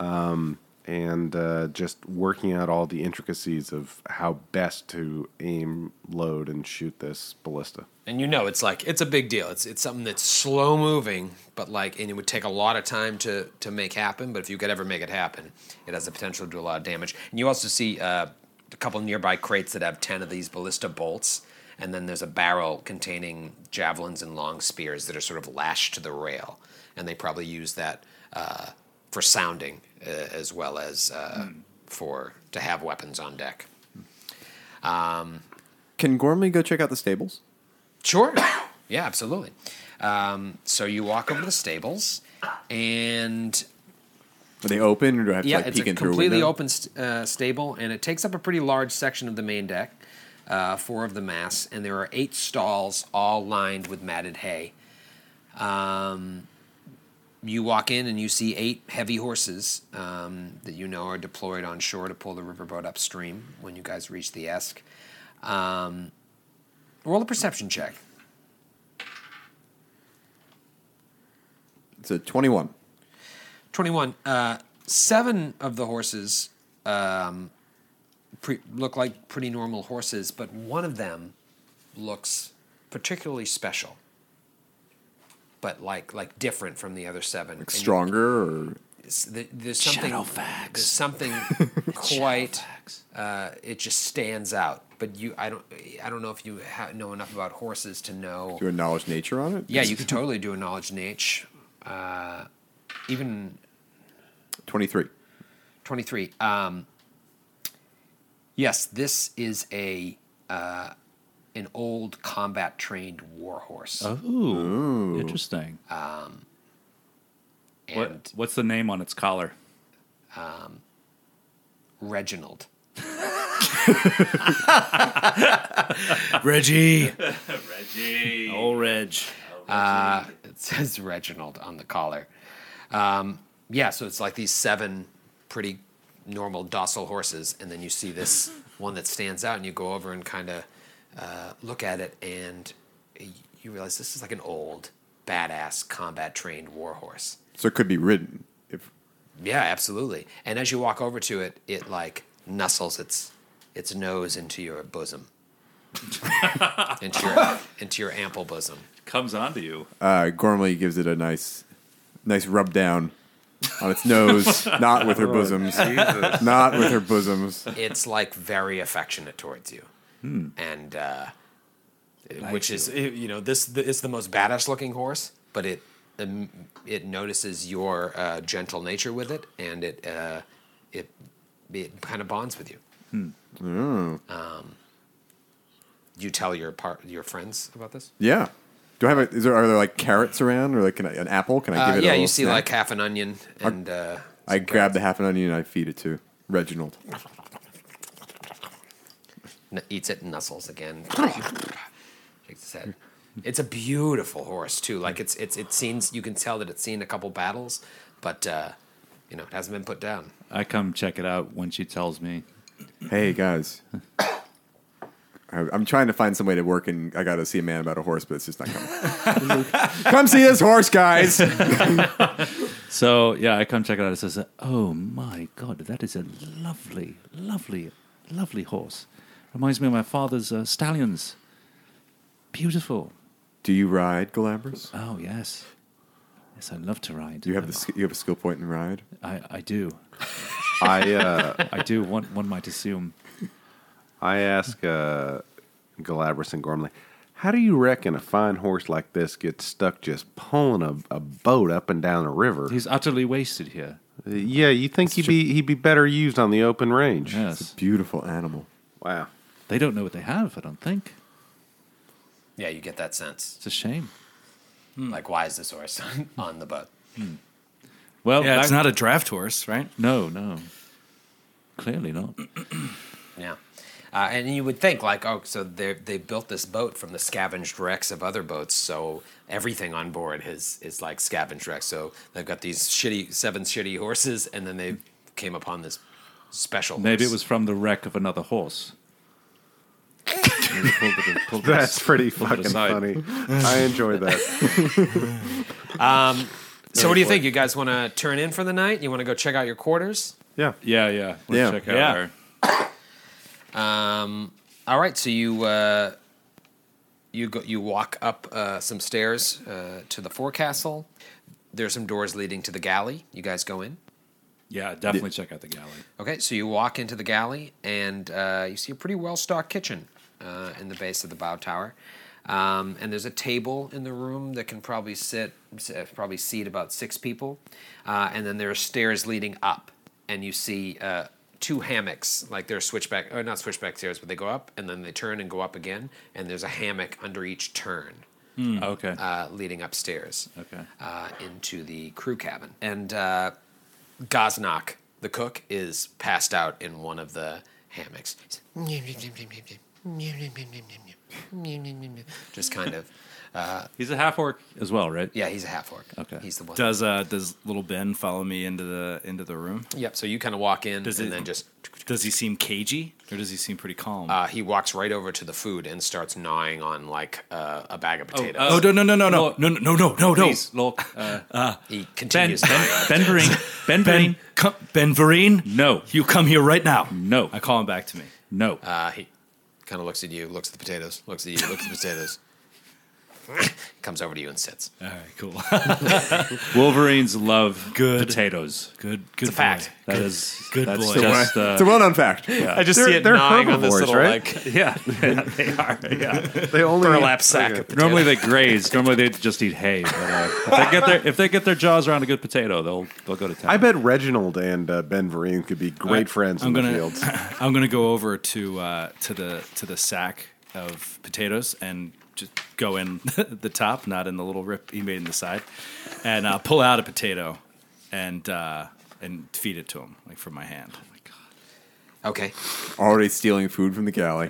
Speaker 7: um, and uh, just working out all the intricacies of how best to aim, load, and shoot this ballista.
Speaker 4: And you know, it's like it's a big deal. It's it's something that's slow moving, but like, and it would take a lot of time to to make happen. But if you could ever make it happen, it has the potential to do a lot of damage. And you also see uh, a couple nearby crates that have ten of these ballista bolts, and then there's a barrel containing javelins and long spears that are sort of lashed to the rail, and they probably use that uh, for sounding uh, as well as uh, for to have weapons on deck. Um,
Speaker 8: Can Gormley go check out the stables?
Speaker 4: Sure. yeah, absolutely. Um, so you walk over to the stables, and
Speaker 8: Are they open, or do I have
Speaker 4: yeah,
Speaker 8: to like,
Speaker 4: it's
Speaker 8: peek
Speaker 4: a
Speaker 8: in through a
Speaker 4: completely
Speaker 8: window?
Speaker 4: open st- uh, stable, and it takes up a pretty large section of the main deck, uh, four of the mass, and there are eight stalls all lined with matted hay. Um, you walk in and you see eight heavy horses um, that you know are deployed on shore to pull the riverboat upstream when you guys reach the Esk. Um, roll a perception check.
Speaker 8: It's a twenty-one.
Speaker 4: 21. Uh, seven of the horses um, pre- look like pretty normal horses, but one of them looks particularly special, but like like different from the other seven. And you-
Speaker 8: Stronger, or
Speaker 4: it's- there- there's something there's something quite uh, it just stands out. But you, I don't, I don't know if you ha- know enough about horses to know.
Speaker 8: do a knowledge nature on it?
Speaker 4: Yeah, you could totally do a knowledge niche. Uh, even
Speaker 8: Twenty-three.
Speaker 4: 23. Um, yes, this is a uh, an old combat trained warhorse.
Speaker 6: Oh, interesting.
Speaker 4: Um, and
Speaker 6: What, what's the name on its collar?
Speaker 4: um, Reginald.
Speaker 10: Reggie.
Speaker 6: Reggie.
Speaker 3: Old Reg.
Speaker 4: Uh, it says Reginald on the collar. Um, yeah, so it's like these seven pretty normal docile horses, and then you see this one that stands out, and you go over and kind of uh, look at it, and y- you realize this is like an old, badass, combat trained warhorse.
Speaker 8: So it could be ridden. If
Speaker 4: Yeah, absolutely. And as you walk over to it, it like nuzzles its its nose into your bosom, into your into your ample bosom.
Speaker 6: Comes onto you.
Speaker 8: uh, Gormley gives it a nice, nice rub down on its nose, not with her bosoms, not with her bosoms.
Speaker 4: It's like very affectionate towards you,
Speaker 8: Hmm.
Speaker 4: and uh, which is eh, you know this th- it's the most badass looking horse, but it um, it notices your uh, gentle nature with it, and it uh, it it kind of bonds with you.
Speaker 8: Hmm.
Speaker 4: Um, you tell your part your friends about this.
Speaker 8: Yeah. Do I have a? Is there are there like carrots around, or like can I, an apple? Can I
Speaker 4: Uh,
Speaker 8: give it? a
Speaker 4: yeah, you
Speaker 8: little
Speaker 4: see
Speaker 8: snack?
Speaker 4: like half an onion and uh,
Speaker 8: I grab the half an onion and I feed it to Reginald.
Speaker 4: n- eats it and nuzzles again. Shakes his head. It's a beautiful horse too. Like it's it's it seems you can tell that it's seen a couple battles, but uh, you know it hasn't been put down.
Speaker 6: I come check it out when she tells me.
Speaker 8: Hey guys, I- I'm trying to find some way to work, and I got to see a man about a horse, but it's just not coming. Come see this horse, guys.
Speaker 6: So yeah, I come check it out. It says, "Oh my god, that is a lovely, lovely, lovely horse. Reminds me of my father's uh, stallions. Beautiful.
Speaker 8: Do you ride, Galabras?
Speaker 6: Oh yes, yes, I love to ride.
Speaker 8: Do you have the sk- you have a skill point in ride?
Speaker 6: I, I do.
Speaker 7: I uh,
Speaker 6: I do. One one might assume.
Speaker 7: I ask uh, Galabras and Gormley, how do you reckon a fine horse like this gets stuck just pulling a, a boat up and down a river? Uh,
Speaker 6: He's utterly wasted here.
Speaker 7: yeah, you think he'd be he'd be better used on the open range?
Speaker 6: Yes.
Speaker 8: Beautiful animal.
Speaker 7: Wow.
Speaker 6: They don't know what they have, I don't think.
Speaker 4: Yeah, you get that sense.
Speaker 6: It's a shame. Hmm.
Speaker 4: Like why is this horse on, on the boat?
Speaker 6: Well,
Speaker 10: Yeah, it's
Speaker 6: back-
Speaker 10: not a draft horse, right?
Speaker 6: No, no. Clearly not.
Speaker 4: Yeah. Uh, and you would think like, oh, so they they built this boat from the scavenged wrecks of other boats, so everything on board is is like scavenged wrecks. So they've got these shitty seven shitty horses, and then they came upon this special.
Speaker 6: Maybe it
Speaker 4: horse.
Speaker 6: was from the wreck of another horse.
Speaker 7: That's pretty fucking funny. I enjoy that.
Speaker 4: Um, so what do you
Speaker 7: Very
Speaker 4: think? You guys want to turn in for the night? You want to go check out your quarters?
Speaker 7: yeah.
Speaker 6: Yeah, yeah. Let's
Speaker 4: Yeah.
Speaker 6: check out
Speaker 4: Yeah.
Speaker 6: our-
Speaker 4: Um, all right, so you uh, you go, you walk up uh, some stairs uh, to the forecastle. There's some doors leading to the galley. You guys go in.
Speaker 6: Yeah, definitely check out the galley.
Speaker 4: Okay, so you walk into the galley and uh, you see a pretty well stocked kitchen uh, in the base of the bow tower. Um, and there's a table in the room that can probably sit, s- uh, probably seat about six people. Uh, and then there are stairs leading up, and you see uh, two hammocks, like they're switchback, or not switchback stairs, but they go up and then they turn and go up again. And there's a hammock under each turn.
Speaker 6: Hmm. Okay.
Speaker 4: Uh, leading upstairs.
Speaker 6: Okay.
Speaker 4: Uh, into the crew cabin. And uh, Gosnock, the cook, is passed out in one of the hammocks. Just kind of. Uh,
Speaker 6: he's a half orc as well, right?
Speaker 4: Yeah, he's a half orc.
Speaker 6: Okay.
Speaker 4: He's the one.
Speaker 3: Does uh does little Ben follow me into the into the room?
Speaker 4: Yep. So you kind of walk in and then just.
Speaker 3: Does he seem cagey or does he seem pretty calm?
Speaker 4: Uh, he walks right over to the food and starts gnawing on like uh, a bag of potatoes.
Speaker 3: oh, no, no, no, no, no, no, no, no, no, no, no.
Speaker 6: Please, Lork. Uh,
Speaker 4: he continues. gnawing.
Speaker 6: ben Vereen. Ben Vereen.
Speaker 3: Come, ben Vereen.
Speaker 6: No.
Speaker 3: You come here right now.
Speaker 6: No.
Speaker 3: I call him back to me.
Speaker 6: No.
Speaker 4: Uh, he kind of looks at you, looks at the potatoes, looks at you, looks at the potatoes. Comes over to you and sits.
Speaker 3: All right, cool.
Speaker 6: Wolverines love
Speaker 3: Good.
Speaker 6: potatoes.
Speaker 3: Good, good
Speaker 4: a fact.
Speaker 3: boy.
Speaker 6: That
Speaker 3: Good-
Speaker 6: is
Speaker 3: good
Speaker 6: that's
Speaker 3: boy.
Speaker 6: Just, uh,
Speaker 8: it's a well-known fact.
Speaker 6: yeah.
Speaker 4: I just
Speaker 7: They're-
Speaker 4: see it
Speaker 7: they're
Speaker 4: gnawing on this
Speaker 7: herbivores,
Speaker 4: little
Speaker 7: right?
Speaker 4: like
Speaker 6: yeah, they are. Yeah.
Speaker 7: They only
Speaker 4: burlap sack of potatoes.
Speaker 6: Normally they graze. Normally they just eat hay. But uh, if they get their if they get their jaws around a good potato, they'll they'll go to town.
Speaker 7: I bet Reginald and uh, Ben Vereen could be great friends
Speaker 3: I'm
Speaker 7: in
Speaker 3: gonna
Speaker 7: the fields.
Speaker 3: I'm gonna go over to uh, to the to the sack of potatoes and just go in the top, not in the little rip he made in the side, and uh, pull out a potato and uh, and feed it to him like from my hand.
Speaker 4: Okay.
Speaker 8: Already stealing food from the galley.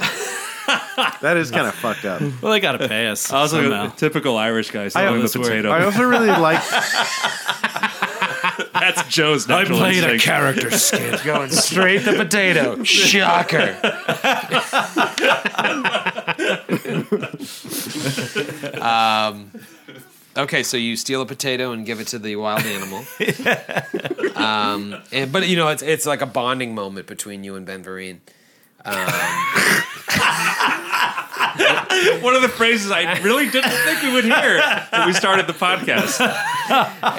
Speaker 7: That is kind of fucked up.
Speaker 3: Well, they gotta pay us.
Speaker 6: also
Speaker 3: somehow.
Speaker 6: typical Irish guy
Speaker 7: I
Speaker 6: selling the
Speaker 3: almost worry.
Speaker 6: potato.
Speaker 7: I also really like.
Speaker 6: That's Joe's
Speaker 3: I
Speaker 6: natural
Speaker 3: played a
Speaker 6: instinct.
Speaker 3: character skit.
Speaker 4: Going straight the potato. Shocker. um, okay, so you steal a potato and give it to the wild animal. um, and, but you know, it's it's like a bonding moment between you and Ben Vereen.
Speaker 6: One of the phrases I really didn't think we would hear when we started the podcast.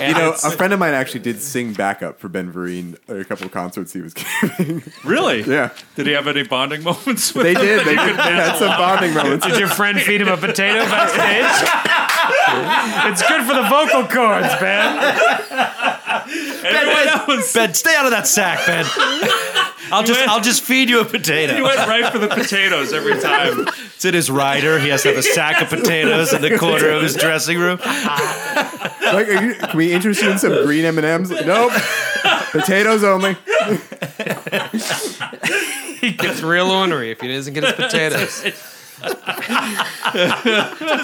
Speaker 8: you know, a friend of mine actually did sing backup for Ben Vereen at a couple of concerts he was giving.
Speaker 6: Really?
Speaker 8: yeah,
Speaker 6: Did he have any bonding moments with
Speaker 8: they did. They did. had some bonding moments.
Speaker 4: Did your friend feed him a potato backstage? it's good for the vocal cords, Ben.
Speaker 3: ben, stay out of that sack, Ben. I'll just I'll just feed you a
Speaker 6: He
Speaker 3: potato.
Speaker 6: went right for the potatoes every time.
Speaker 3: It's in his rider. He has to have a sack of potatoes in the corner of his dressing room.
Speaker 8: Like, are you- can we interest you in some green M and M's? Nope, potatoes only.
Speaker 4: He gets real ornery if he doesn't get his potatoes.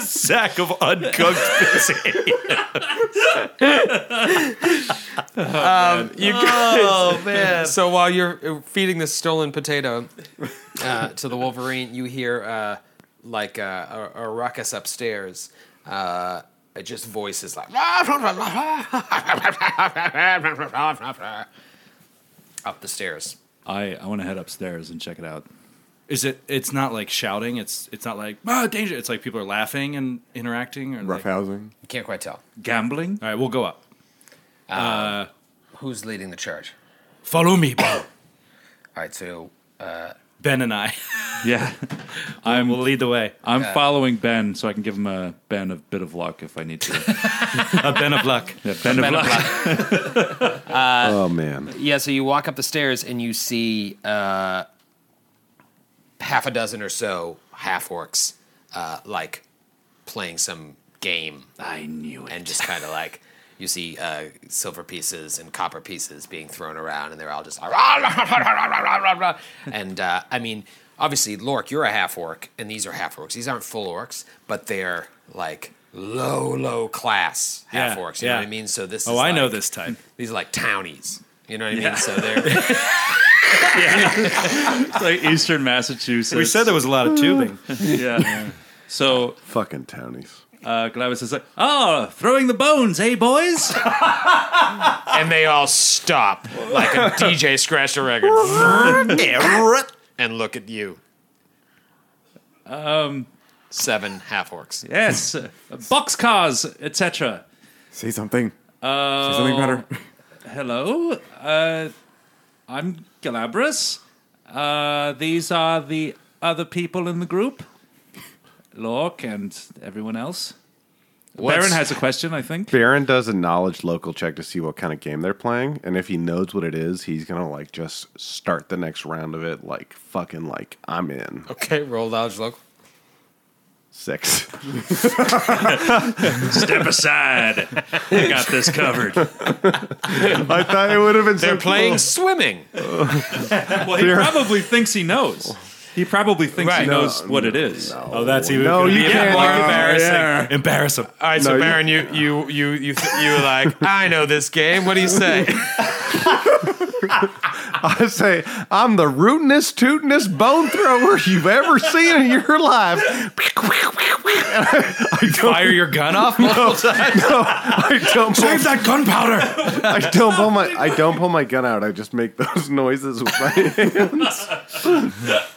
Speaker 3: sack of uncooked potatoes.
Speaker 4: You guys. Oh man. So while you're uh, feeding this stolen potato uh, to the Wolverine, you hear uh, like uh, a, a ruckus upstairs. Uh, it just voices like up the stairs.
Speaker 6: I, I want to head upstairs and check it out.
Speaker 3: Is it? It's not like shouting. It's it's not like oh danger. It's like people are laughing and interacting. Or like, all
Speaker 8: Roughhousing.
Speaker 4: You can't quite tell
Speaker 6: Gambling?
Speaker 3: right, we'll go up.
Speaker 4: who's leading the charge.
Speaker 3: Follow me, Ben.
Speaker 4: All right, so
Speaker 3: ben and I.
Speaker 6: Yeah. I'm
Speaker 3: We'll lead the way.
Speaker 6: I'm following Ben so I can give him a Ben a bit of luck if I need to.
Speaker 3: A Ben of luck.
Speaker 6: Yeah, ben, of luck.
Speaker 7: Oh man,
Speaker 4: Yeah, so you walk up the stairs and you see uh, half a dozen or so half orcs, uh, like playing some game. I knew it. And just kind of like you see uh, silver pieces and copper pieces being thrown around, and they're all just like, and uh, I mean, obviously, Lork, you're a half orc, and these are half orcs. These aren't full orcs, but they're like low, low class half
Speaker 3: Yeah,
Speaker 4: orcs. You know
Speaker 3: yeah.
Speaker 4: what I mean? So this.
Speaker 3: Oh,
Speaker 4: is
Speaker 3: I know
Speaker 4: like-
Speaker 3: this type.
Speaker 4: These are like townies. You know what I
Speaker 3: Yeah.
Speaker 4: mean? So they're.
Speaker 6: It's like Eastern Massachusetts.
Speaker 3: We said there was a lot of tubing.
Speaker 6: yeah. So
Speaker 7: Fucking townies.
Speaker 6: uh, Glavis is like, oh, throwing the bones, eh, boys?
Speaker 4: and they all stop like a DJ scratched a record and look at you. Um, seven half orcs.
Speaker 6: yes, uh, boxcars, etc.
Speaker 8: Say something. Say something better.
Speaker 6: Hello, uh, I'm Galabras. Uh, these are the other people in the group, Lork and everyone else. Baron has a question, I think.
Speaker 7: Baron does a knowledge local check to see what kind of game they're playing, and if he knows what it is, he's gonna like just start the next round of it like fucking like I'm in
Speaker 4: Okay, roll dodge local.
Speaker 7: six.
Speaker 6: Step aside. I got this covered.
Speaker 7: I thought it would have been.
Speaker 4: They're playing swimming.
Speaker 6: Well, he probably thinks he knows. He probably thinks he
Speaker 4: Right.
Speaker 6: knows what it is.
Speaker 3: Oh, that's even.
Speaker 7: No, you can't.
Speaker 3: Embarrass him.
Speaker 4: All right,
Speaker 7: No,
Speaker 4: so
Speaker 7: you-
Speaker 4: Baron, you you you you th- you were like, I know this game. What do you say?
Speaker 7: I say I'm the rootinest, tootinest bone thrower you've ever seen in your life.
Speaker 3: Fire your gun off.
Speaker 7: I don't. Pull,
Speaker 10: Save that gunpowder!
Speaker 7: I don't pull my. I don't pull my gun out. I just make those noises with my hands.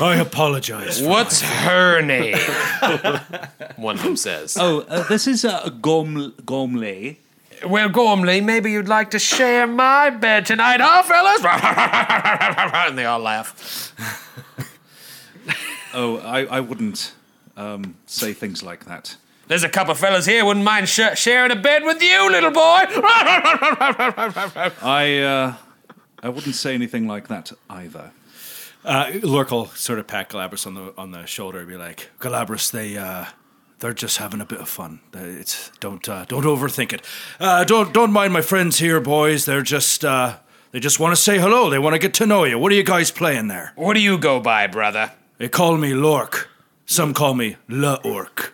Speaker 10: I apologize.
Speaker 4: What's her name? One of them says.
Speaker 6: Oh, uh, this is uh, Gom- Gomley.
Speaker 4: Well, Gormley, maybe you'd like to share my bed tonight, huh, fellas? and they all laugh.
Speaker 6: Oh, I, I wouldn't um, say things like that.
Speaker 4: There's a couple fellas here wouldn't mind sh- sharing a bed with you, little boy.
Speaker 6: I uh, I wouldn't say anything like that either.
Speaker 3: Uh, Lork will sort of pat Galabras on the on the shoulder and be like,
Speaker 10: Galabras, they uh, they're just having a bit of fun. They- It's don't uh, don't overthink it. Uh, don't don't mind my friends here, boys. They're just uh, they just want to say hello. They want to get to know you. What are you guys playing there?
Speaker 4: what do you go by, brother?
Speaker 10: They call me Lork. Some call me La Orc.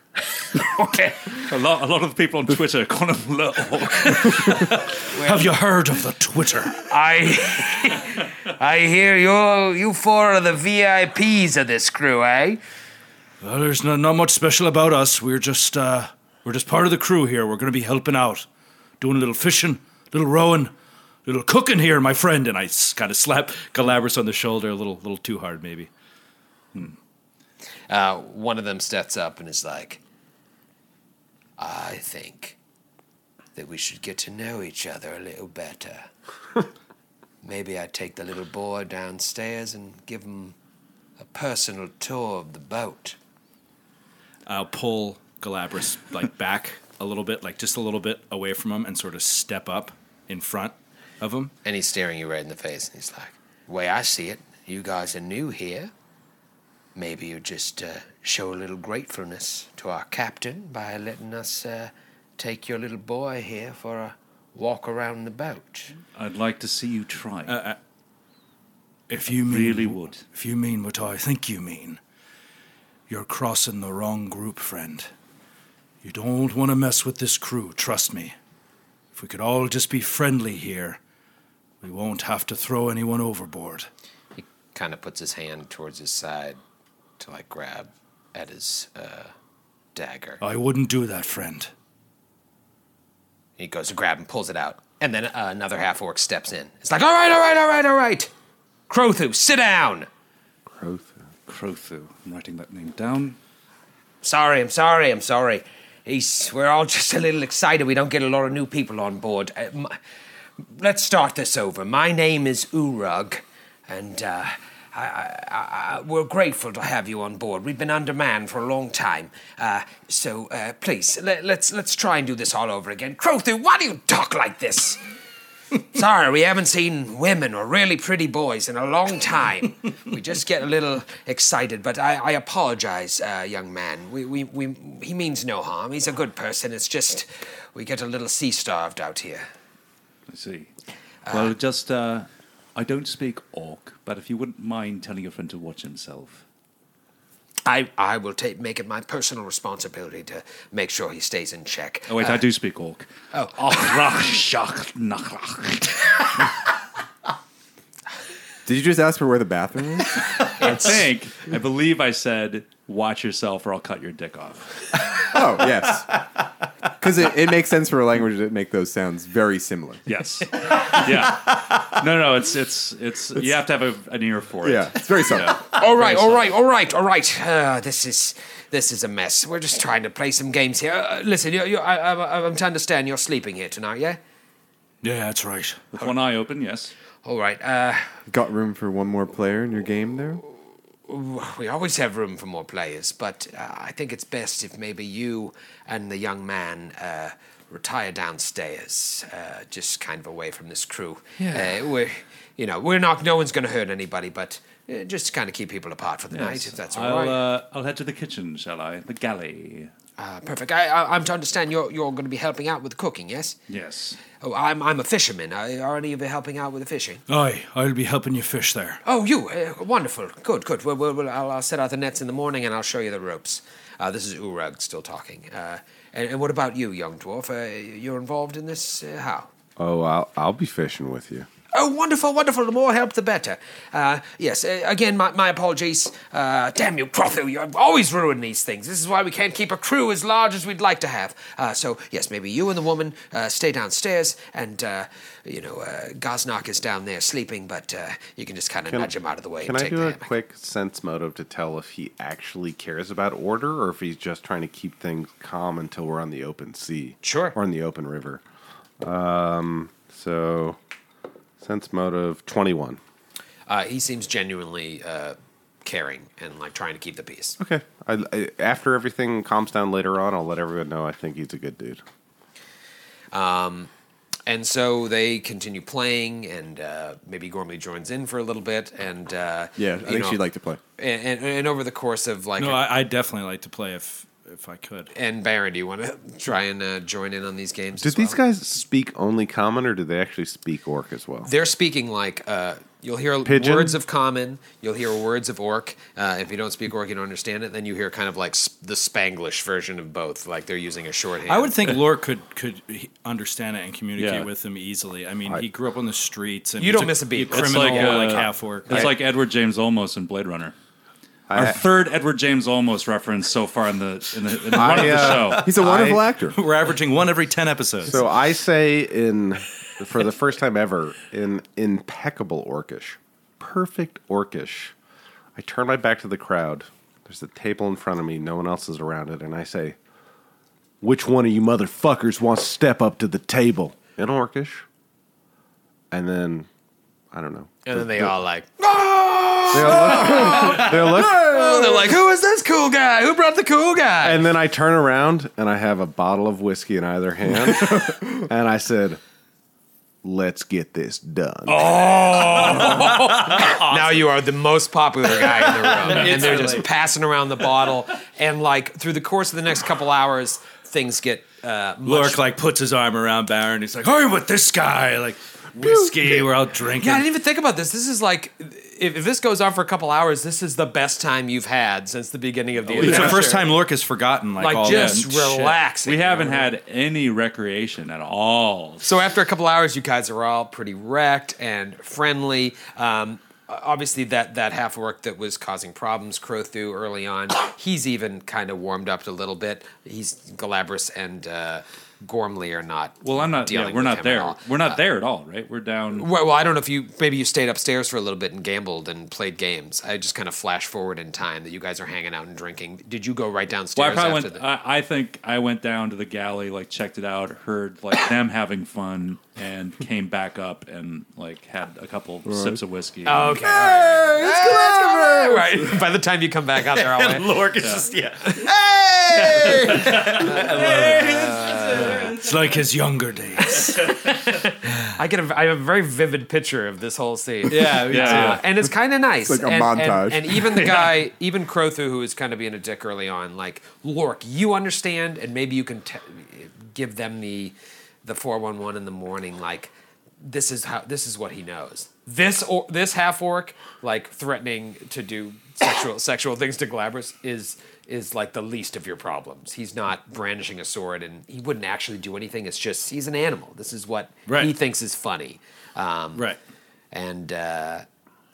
Speaker 6: A lot, a lot of people on Twitter call him little.
Speaker 10: Have you heard of the Twitter?
Speaker 4: I I hear you you four are the VIPs of this crew, eh?
Speaker 10: Well, there's not, not much special about us. We're just uh, we're just part of the crew here. We're going to be helping out, doing a little fishing, little rowing, little cooking here, my friend. And I kind of slap Galabras on the shoulder a little little too hard, maybe.
Speaker 4: Uh, one of them steps up and is like, I think that we should get to know each other a little better. Maybe I take the little boy downstairs and give him a personal tour of the boat.
Speaker 3: I'll pull Galabras like back a little bit, like just a little bit away from him, and sort of step up in front of him.
Speaker 4: And he's staring you right in the face, and he's like, "The way I see it, you guys are new here. Maybe you just uh, show a little gratefulness to our captain by letting us uh, take your little boy here for a walk around the boat."
Speaker 6: I'd like to see you try.
Speaker 10: If you mean,
Speaker 6: really would.
Speaker 10: If you mean what I think you mean, you're crossing the wrong group, friend. You don't want to mess with this crew, trust me. If we could all just be friendly here, we won't have to throw anyone overboard.
Speaker 4: He kind of puts his hand towards his side to like grab at his uh, dagger.
Speaker 10: I wouldn't do that, friend.
Speaker 4: He goes to grab and pulls it out. And then uh, another half orc steps in. It's like, all right, all right, all right, all right. Crothu, sit down.
Speaker 6: Crothu. I'm writing that name down.
Speaker 4: Sorry, I'm sorry, I'm sorry. He's, we're all just a little excited. We don't get a lot of new people on board. Uh, m let's start this over. My name is Urug, and uh, I, I, I, I- we're grateful to have you on board. We've been undermanned for a long time. Uh, so uh, please, let, let's, let's try and do this all over again. Crothu, why do you talk like this? Sorry, we haven't seen women or really pretty boys in a long time. we just get a little excited, but I, I apologize, uh, young man. We, we, we, he means no harm. He's a good person. It's just we get a little sea starved out here.
Speaker 6: I see. Well, just uh, I don't speak orc, but if you wouldn't mind telling your friend to watch himself.
Speaker 4: I, I will take, make it my personal responsibility to make sure he stays in check.
Speaker 6: Oh, wait,
Speaker 4: Uh,
Speaker 6: I do speak orc.
Speaker 4: Oh.
Speaker 8: Did you just ask for where the bathroom is?
Speaker 6: I think, I believe I said, watch yourself or I'll cut your dick off.
Speaker 8: oh, yes. Because it, it makes sense for a language to make those sounds very similar.
Speaker 6: Yes. yeah. No, no, it's, it's, it's, you have to have a, an ear for it.
Speaker 8: Yeah, it's very subtle.
Speaker 4: All right,
Speaker 6: Very
Speaker 4: all
Speaker 6: subtle.
Speaker 4: right, all right, all right. Uh, this is this is a mess. We're just trying to play some games here. Uh, listen, you you I, I, I'm to understand you're sleeping here tonight, yeah?
Speaker 10: Yeah, that's right.
Speaker 6: With one eye open, yes.
Speaker 4: All right. Uh,
Speaker 8: Got room for one more player in your game there?
Speaker 4: we always have room for more players, but uh, I think it's best if maybe you and the young man uh, retire downstairs, uh, just kind of away from this crew.
Speaker 10: Yeah.
Speaker 4: Uh, we're, you know, we're not. No one's going to hurt anybody, but uh, just kind of keep people apart for the night, if that's all
Speaker 6: I'll,
Speaker 4: right.
Speaker 6: uh, I'll head to the kitchen, shall I? The galley.
Speaker 4: Uh, perfect. I, I, I'm to understand you're you're going to be helping out with the cooking, yes?
Speaker 6: Yes.
Speaker 4: Oh, I'm I'm a fisherman. Are, are any of you helping out with the fishing?
Speaker 10: Aye, I'll be helping you fish there.
Speaker 4: Oh, you uh, wonderful. Good, good. Well, well, well I'll, I'll set out the nets in the morning and I'll show you the ropes. Uh, this is Urug still talking. Uh, and, and what about you, young dwarf? Uh, you're involved in this? Uh, how?
Speaker 7: Oh, I'll, I'll be fishing with you.
Speaker 4: Oh, wonderful, wonderful. The more help, the better. Uh, yes, uh, again, my, my apologies. Uh, damn you, Crotho, you always ruin these things. This is why we can't keep a crew as large as we'd like to have. Uh, so, yes, maybe you and the woman uh, stay downstairs, and, uh, you know, uh, Gosnock is down there sleeping, but uh, you can just kind of
Speaker 7: Can-
Speaker 4: nudge him out of the way
Speaker 7: Can
Speaker 4: and
Speaker 7: I
Speaker 4: take
Speaker 7: do
Speaker 4: the
Speaker 7: a
Speaker 4: hammock.
Speaker 7: quick sense motive to tell if he actually cares about order or if he's just trying to keep things calm until we're on the open sea?
Speaker 4: Sure.
Speaker 7: Or on the open river. Um, so, sense motive 21.
Speaker 4: Uh, he seems genuinely uh, caring and, like, trying to keep the peace.
Speaker 7: Okay. I, I, after everything calms down later on, I'll let everyone know I think he's a good dude.
Speaker 4: And so they continue playing, and uh, maybe Gormley joins in for a little bit. And uh,
Speaker 8: Yeah, I
Speaker 4: you
Speaker 8: think
Speaker 4: know,
Speaker 8: she'd like to play.
Speaker 4: And, and, and over the course of like,
Speaker 3: No, I, I definitely like to play if if I could.
Speaker 4: and Baron, do you want to try and uh, join in on these games?
Speaker 7: Did
Speaker 4: as
Speaker 7: these
Speaker 4: well?
Speaker 7: guys speak only common or do they actually speak orc as well?
Speaker 4: They're speaking like uh, you'll hear
Speaker 7: Pigeon?
Speaker 4: words of common, you'll hear words of orc. Uh, if you don't speak orc, you don't understand it. Then you hear kind of like sp- the Spanglish version of both. Like they're using a shorthand.
Speaker 3: I would think Lore could could he- understand it and communicate
Speaker 6: Yeah.
Speaker 3: with him easily. I mean, he grew up on the streets. And
Speaker 4: You
Speaker 3: he's
Speaker 4: don't miss a beat.
Speaker 3: he's
Speaker 4: It's
Speaker 3: Criminal, like,
Speaker 6: uh,
Speaker 3: half work.
Speaker 6: It's like Edward James Olmos in Blade Runner. Our
Speaker 7: I-
Speaker 6: third Edward James Olmos reference so far in the in the, in the run of
Speaker 7: I,
Speaker 6: the
Speaker 7: uh,
Speaker 6: show.
Speaker 8: He's a wonderful actor.
Speaker 3: we're averaging one every ten episodes.
Speaker 7: So I say in for the first time ever in impeccable orcish, perfect orcish. I turn my back to the crowd. There's a table in front of me. No one else is around it, and I say, "Which one of you motherfuckers wants to step up to the table?" In orcish. And then, I don't know.
Speaker 4: and then they all like,
Speaker 7: They all look. they all look
Speaker 4: oh, they're like, who is this cool guy? Who brought the cool guy?
Speaker 7: and then I turn around and I have a bottle of whiskey in either hand, and I said, "Let's get this done."
Speaker 4: Oh. Now you are the most popular guy in the room. and they're just passing around the bottle. And like through the course of the next couple hours, things get uh,
Speaker 3: Lork like puts his arm around Baron. He's like, "Hey, with this guy, like whiskey. We're out drinking."
Speaker 4: Yeah, I didn't even think about this. This is like, if, if this goes on for a couple hours, this is the best time you've had since the beginning of the
Speaker 3: it's the
Speaker 4: adventure.
Speaker 3: first time Lork has forgotten like,
Speaker 4: Like,
Speaker 3: all
Speaker 4: just
Speaker 3: that shit.
Speaker 4: relaxing.
Speaker 6: We
Speaker 4: you know
Speaker 6: haven't
Speaker 4: what I mean?
Speaker 6: had any recreation at all.
Speaker 4: So after a couple hours, you guys are all pretty wrecked and friendly. Um, obviously, that that half work that was causing problems, Crothu early on, he's even kind of warmed up a little bit. He's Galabras and uh, Gormley are not.
Speaker 6: Well, I'm not.
Speaker 4: dealing
Speaker 6: Yeah, we're
Speaker 4: with
Speaker 6: not
Speaker 4: him at
Speaker 6: there.
Speaker 4: all. Uh,
Speaker 6: We're not there at all, right? We're down.
Speaker 4: Well, well, I don't know if you maybe you stayed upstairs for a little bit and gambled and played games. I just kind of flash forward in time that you guys are hanging out and drinking. Did you go right
Speaker 6: Well, I
Speaker 4: downstairs
Speaker 6: probably
Speaker 4: after
Speaker 6: went.
Speaker 4: the-
Speaker 6: I, I think I went down to the galley, like checked it out, heard like them having fun, and came back up and like had a couple sips of whiskey.
Speaker 3: Oh,
Speaker 4: Oh, Okay. all right. Hey, let's go, Right. By the time you come back out, they're all like,
Speaker 3: Lork is just yeah.
Speaker 10: It's like his younger days.
Speaker 4: I get a, I have a very vivid picture of this whole scene.
Speaker 3: Yeah,
Speaker 6: yeah,
Speaker 4: Uh, and it's kind of nice.
Speaker 8: It's like a
Speaker 4: and, and-
Speaker 8: montage.
Speaker 4: And, even the guy, even Crothu, who is kind of being a dick early on, like Lork, you understand, and maybe you can t- give them the the four one one in the morning, like this is how this is what he knows. This or this half orc like threatening to do sexual sexual things to Glabrous is is like the least of your problems. He's not brandishing a sword and he wouldn't actually do anything. It's just he's an animal. This is what
Speaker 3: Right.
Speaker 4: he thinks is funny. Um,
Speaker 3: Right.
Speaker 4: And uh,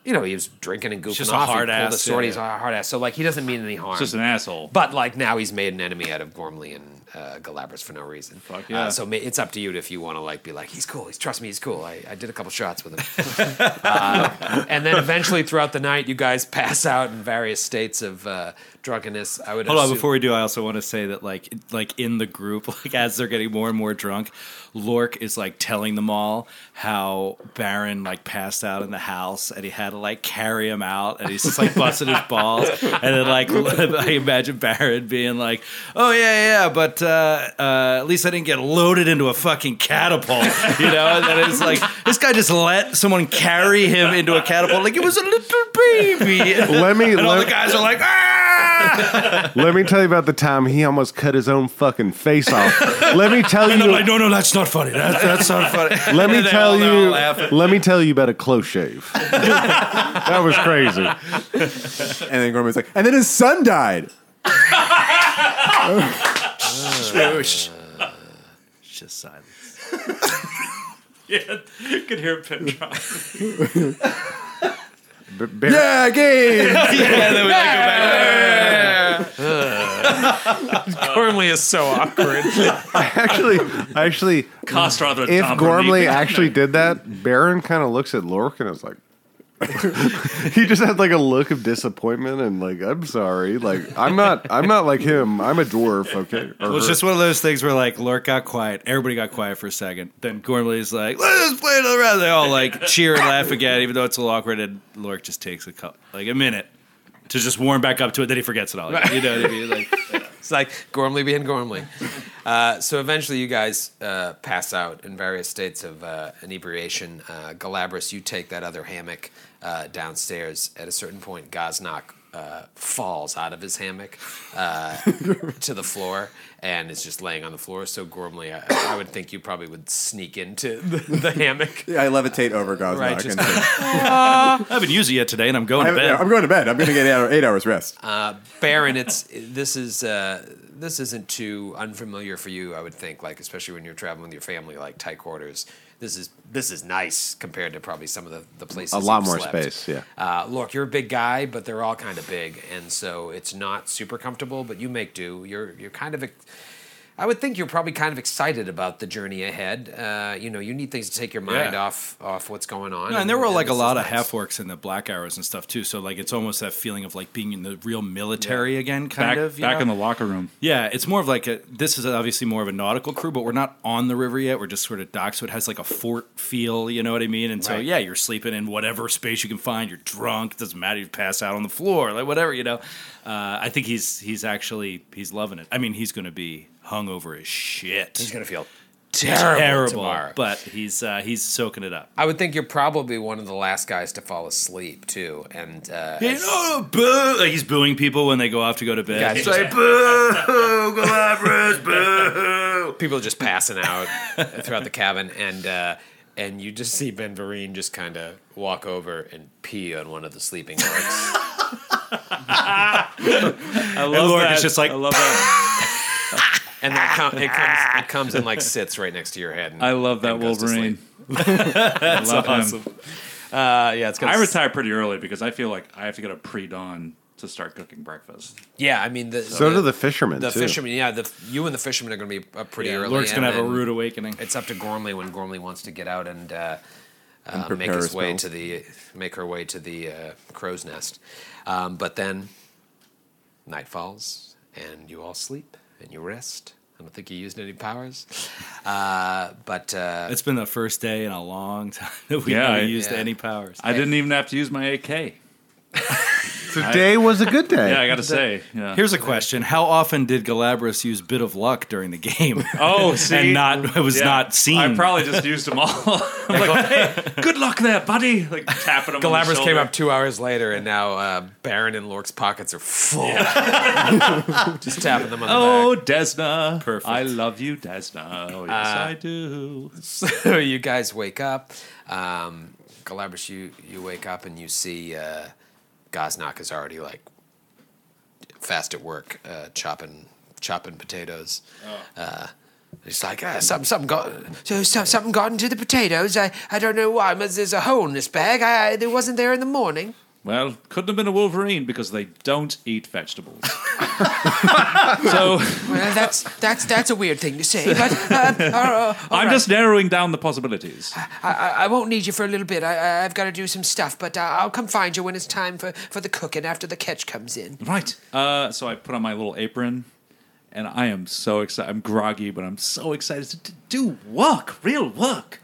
Speaker 4: you know he was drinking and goofing
Speaker 3: just a
Speaker 4: off. He
Speaker 3: hard
Speaker 4: pulled a
Speaker 3: ass,
Speaker 4: sword.
Speaker 3: yeah.
Speaker 4: He's a hard ass. So like he doesn't mean any harm.
Speaker 6: Just an asshole.
Speaker 4: But like now he's made an enemy out of Gormley and uh, Galabras for no reason. Fuck
Speaker 6: yeah.
Speaker 4: so ma- it's up to you if you want to like be like he's cool. He's trust me. He's cool. I, I did a couple shots with him. uh, and then eventually throughout the night you guys pass out in various states of uh, drunkenness. I would
Speaker 3: Hold on,
Speaker 4: assume-
Speaker 3: before we do, I also want to say that like like in the group, like as they're getting more and more drunk, Lork is like telling them all how Baron like passed out in the house and he had to like carry him out and he's just like busting his balls and then like I imagine Baron being like, oh yeah yeah, but uh, uh, at least I didn't get loaded into a fucking catapult, you know? And then it's like this guy just let someone carry him into a catapult like it was a little baby.
Speaker 7: Let me-
Speaker 3: and all
Speaker 7: let-
Speaker 3: the guys are like, ah.
Speaker 7: Let me tell you about the time he almost cut his own fucking face off. Let me tell
Speaker 10: And I'm
Speaker 7: you.
Speaker 10: like, no, no, that's not funny. That, that's not funny.
Speaker 7: Let me
Speaker 3: They all- they're
Speaker 7: tell
Speaker 3: all
Speaker 7: you.
Speaker 3: laughing.
Speaker 7: Let me tell you about a close shave. that was crazy.
Speaker 8: And then Gorman's like, and then his son died.
Speaker 3: It's just silence.
Speaker 6: yeah, you could hear a pin drop.
Speaker 7: B- Bar-
Speaker 8: Yeah, game.
Speaker 3: And then we like, go back.
Speaker 4: Gormley is so awkward.
Speaker 7: Actually, actually,
Speaker 6: Kostrad would
Speaker 7: if
Speaker 6: dump
Speaker 7: Gormley
Speaker 6: underneath.
Speaker 7: actually did that, Baron kind of looks at Lork and is like, he just had like a look of disappointment and like, I'm sorry, like I'm not, I'm not like him. I'm a dwarf, okay? Or
Speaker 3: Well, it's
Speaker 7: her.
Speaker 3: just one of those things where like Lork got quiet, everybody got quiet for a second. Then Gormley's like, "Let's just play another round." They all like cheer and laugh again, even though it's a little awkward. And Lork just takes a couple, like a minute to just warm back up to it. Then he forgets it all. Again. You know what I mean? Like,
Speaker 4: It's like Gormley being Gormley. Uh, so eventually, you guys uh, pass out in various states of uh, inebriation. Uh, Galabras, you take that other hammock uh, downstairs. At a certain point, Gaznak uh, falls out of his hammock uh, to the floor and is just laying on the floor. So Gormley, I, I would think you probably would sneak into the, the hammock.
Speaker 8: I levitate over Gosnock.
Speaker 4: Right, just-
Speaker 8: and say,
Speaker 3: I haven't used it yet today, and I'm going to
Speaker 8: I'm,
Speaker 3: bed.
Speaker 8: I'm going to bed. I'm going to get eight, hour- eight hours rest.
Speaker 4: Baron, it's this is uh, this isn't too unfamiliar for you, I would think. Like especially when you're traveling with your family, like tight quarters. This is this is nice compared to probably some of the the places.
Speaker 7: a lot
Speaker 4: you've
Speaker 7: more
Speaker 4: slept.
Speaker 7: space. Yeah.
Speaker 4: Uh, look, you're a big guy, but they're all kind of big, and so it's not super comfortable. But you make do. You're you're kind of. ex- I would think you're probably kind of excited about the journey ahead. Uh, you know, you need things to take your mind
Speaker 3: Yeah.
Speaker 4: off off what's going on.
Speaker 3: and there were like a
Speaker 4: this is
Speaker 3: lot of
Speaker 4: nice.
Speaker 3: half orcs in the black arrows and stuff too. So like it's almost that feeling of like being in the real military again, kind
Speaker 6: Back,
Speaker 3: of. you
Speaker 6: back
Speaker 3: know?
Speaker 6: in the locker room.
Speaker 3: Yeah, it's more of like a. This is obviously more of a nautical crew, but we're not on the river yet. We're just sort of docked, so it has like a fort feel. You know what I mean? And so
Speaker 4: Right.
Speaker 3: yeah, you're sleeping in whatever space you can find. You're drunk. Doesn't matter. You pass out on the floor, like whatever. You know. Uh, I think he's he's actually he's loving it. I mean, he's going to be hungover as shit.
Speaker 4: He's gonna feel terrible, tomorrow.
Speaker 3: but he's uh, he's soaking it up.
Speaker 4: I would think you're probably one of the last guys to fall asleep too, and uh,
Speaker 3: You know, boo! Like he's booing people when they go off to go to bed.
Speaker 4: Yeah,
Speaker 3: he's
Speaker 4: just-
Speaker 3: like, boo, Galabras, boo.
Speaker 4: people are just passing out throughout the cabin, and uh, and you just see Ben Vereen just kind of walk over and pee on one of the sleeping orcs.
Speaker 6: I love
Speaker 3: Lork
Speaker 6: that.
Speaker 3: is just like,
Speaker 6: I love that.
Speaker 4: and that com- it comes it comes and like sits right next to your head. And,
Speaker 6: I love that
Speaker 4: and goes to
Speaker 6: Wolverine.
Speaker 4: sleep.
Speaker 6: I love him.
Speaker 4: Uh, yeah, it's gonna.
Speaker 6: I
Speaker 4: s-
Speaker 6: retire pretty early because I feel like I have to get up pre dawn to start cooking breakfast.
Speaker 4: yeah, I mean the
Speaker 7: So do the fishermen.
Speaker 4: the
Speaker 7: too.
Speaker 4: fishermen. Yeah, the you and the fishermen are going to be up pretty early.
Speaker 3: Lork's gonna
Speaker 4: and
Speaker 3: have a
Speaker 4: then
Speaker 3: rude awakening.
Speaker 4: It's up to Gormley when Gormley wants to get out and. Uh, uh, make
Speaker 8: prepare
Speaker 4: his
Speaker 8: his
Speaker 4: way
Speaker 8: meals.
Speaker 4: to the make her way to the uh, crow's nest. Um, but then night falls and you all sleep and you rest. I don't think you used any powers, uh, but uh,
Speaker 3: It's been the first day in a long time that we
Speaker 6: Yeah,
Speaker 3: haven't
Speaker 6: I-
Speaker 3: used
Speaker 4: Yeah.
Speaker 3: any powers.
Speaker 6: I didn't even have to use my AK.
Speaker 7: Today was a good day.
Speaker 6: Yeah, I gotta say, yeah.
Speaker 3: Here's a question: How often did Galabras use bit of luck during the game?
Speaker 6: Oh, see,
Speaker 3: and not it was
Speaker 6: Yeah.
Speaker 3: not seen.
Speaker 4: Hmm.
Speaker 6: I probably just used them all. I'm like, hey, good luck there, buddy. Like tapping them. on the
Speaker 4: Galabras
Speaker 6: shoulder.
Speaker 4: came up two hours later, and now uh, Baron and Lork's pockets are full. Just tapping them on the
Speaker 6: Oh, Desna.
Speaker 3: Perfect.
Speaker 6: I love you, Desna. Oh, yes,
Speaker 4: Ah.
Speaker 6: I do.
Speaker 4: so you guys wake up. Um, Galabras, you, you wake up and you see uh, Gosnock is already like fast at work uh, chopping chopping potatoes.
Speaker 6: Oh.
Speaker 4: Uh, it's like uh, something, something got so, so, something got into the potatoes. I, I don't know why. but There's a hole in this bag. I, I it wasn't there in the morning.
Speaker 6: Well, couldn't have been a Wolverine because they don't eat vegetables. so
Speaker 4: Well, that's that's that's a weird thing to say. But uh, uh, uh, all
Speaker 6: I'm
Speaker 4: right.
Speaker 6: just narrowing down the possibilities.
Speaker 4: I, I, I won't need you for a little bit. I, I, I've got to do some stuff, but uh, I'll come find you when it's time for, for the cooking after the catch comes in.
Speaker 6: Right. Uh, so I put on my little apron, and I am so excited. I'm groggy, but I'm so excited to to do work, real work.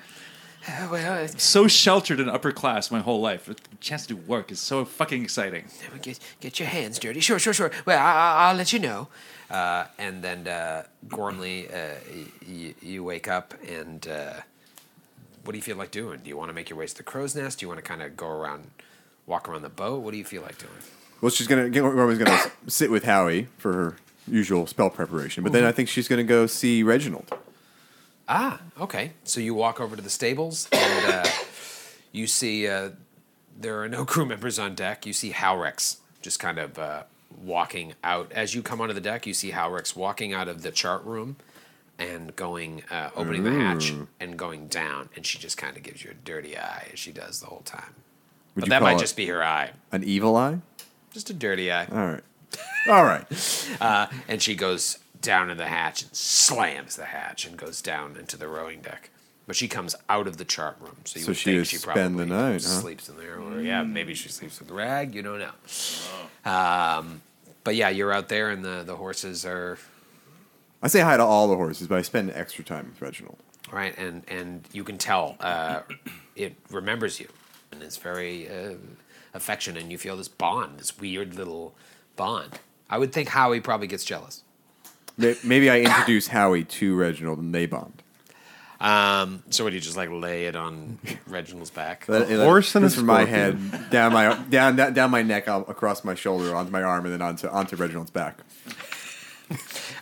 Speaker 4: Uh, well, uh,
Speaker 6: So sheltered and upper class my whole life. The chance to do work is so fucking exciting.
Speaker 4: get, get your hands dirty. Sure, sure, sure. Well, I, I, I'll let you know. Uh, and then uh, Gormley, uh, y- you wake up, and uh, what do you feel like doing? Do you want to make your way to the crow's nest? Do you want to kind of go around, walk around the boat? What do you feel like doing?
Speaker 8: Well, she's gonna Roman's gonna sit with Howie for her usual spell preparation, but then I think she's gonna go see Reginald.
Speaker 4: Ah, okay. So you walk over to the stables and uh, you see uh, there are no crew members on deck. You see Howrex just kind of uh, walking out. As you come onto the deck, you see Howrex walking out of the chart room and going, uh, opening the hatch
Speaker 8: Mm.
Speaker 4: and going down. And she just kind of gives you a dirty eye as she does the whole time.
Speaker 8: Would
Speaker 4: but
Speaker 8: you
Speaker 4: that
Speaker 8: call
Speaker 4: might
Speaker 8: it
Speaker 4: just be her eye.
Speaker 8: an evil eye?
Speaker 4: Just a dirty eye.
Speaker 8: All right, all right.
Speaker 4: And she goes down in the hatch and slams the hatch and goes down into the rowing deck. But she comes out of the chart room, so you
Speaker 8: So
Speaker 4: would
Speaker 8: she
Speaker 4: think
Speaker 8: would
Speaker 4: she probably
Speaker 8: spend the night, huh?
Speaker 4: sleeps in there, or yeah, maybe she sleeps with Rag. You don't know. Um, but yeah, you're out there, and the the horses are
Speaker 8: I say hi to all the horses, but I spend extra time with Reginald.
Speaker 4: right, and and you can tell uh, it remembers you, and it's very uh, affectionate, and you feel this bond, this weird little bond. I would think Howie probably gets jealous.
Speaker 8: May- Maybe I introduce Howie to Reginald and they bond.
Speaker 4: Um, so would you just like lay it on Reginald's back?
Speaker 8: That- that-
Speaker 7: horse and a
Speaker 8: this from my head down my down down, down my neck up, across my shoulder onto my arm and then onto onto Reginald's back.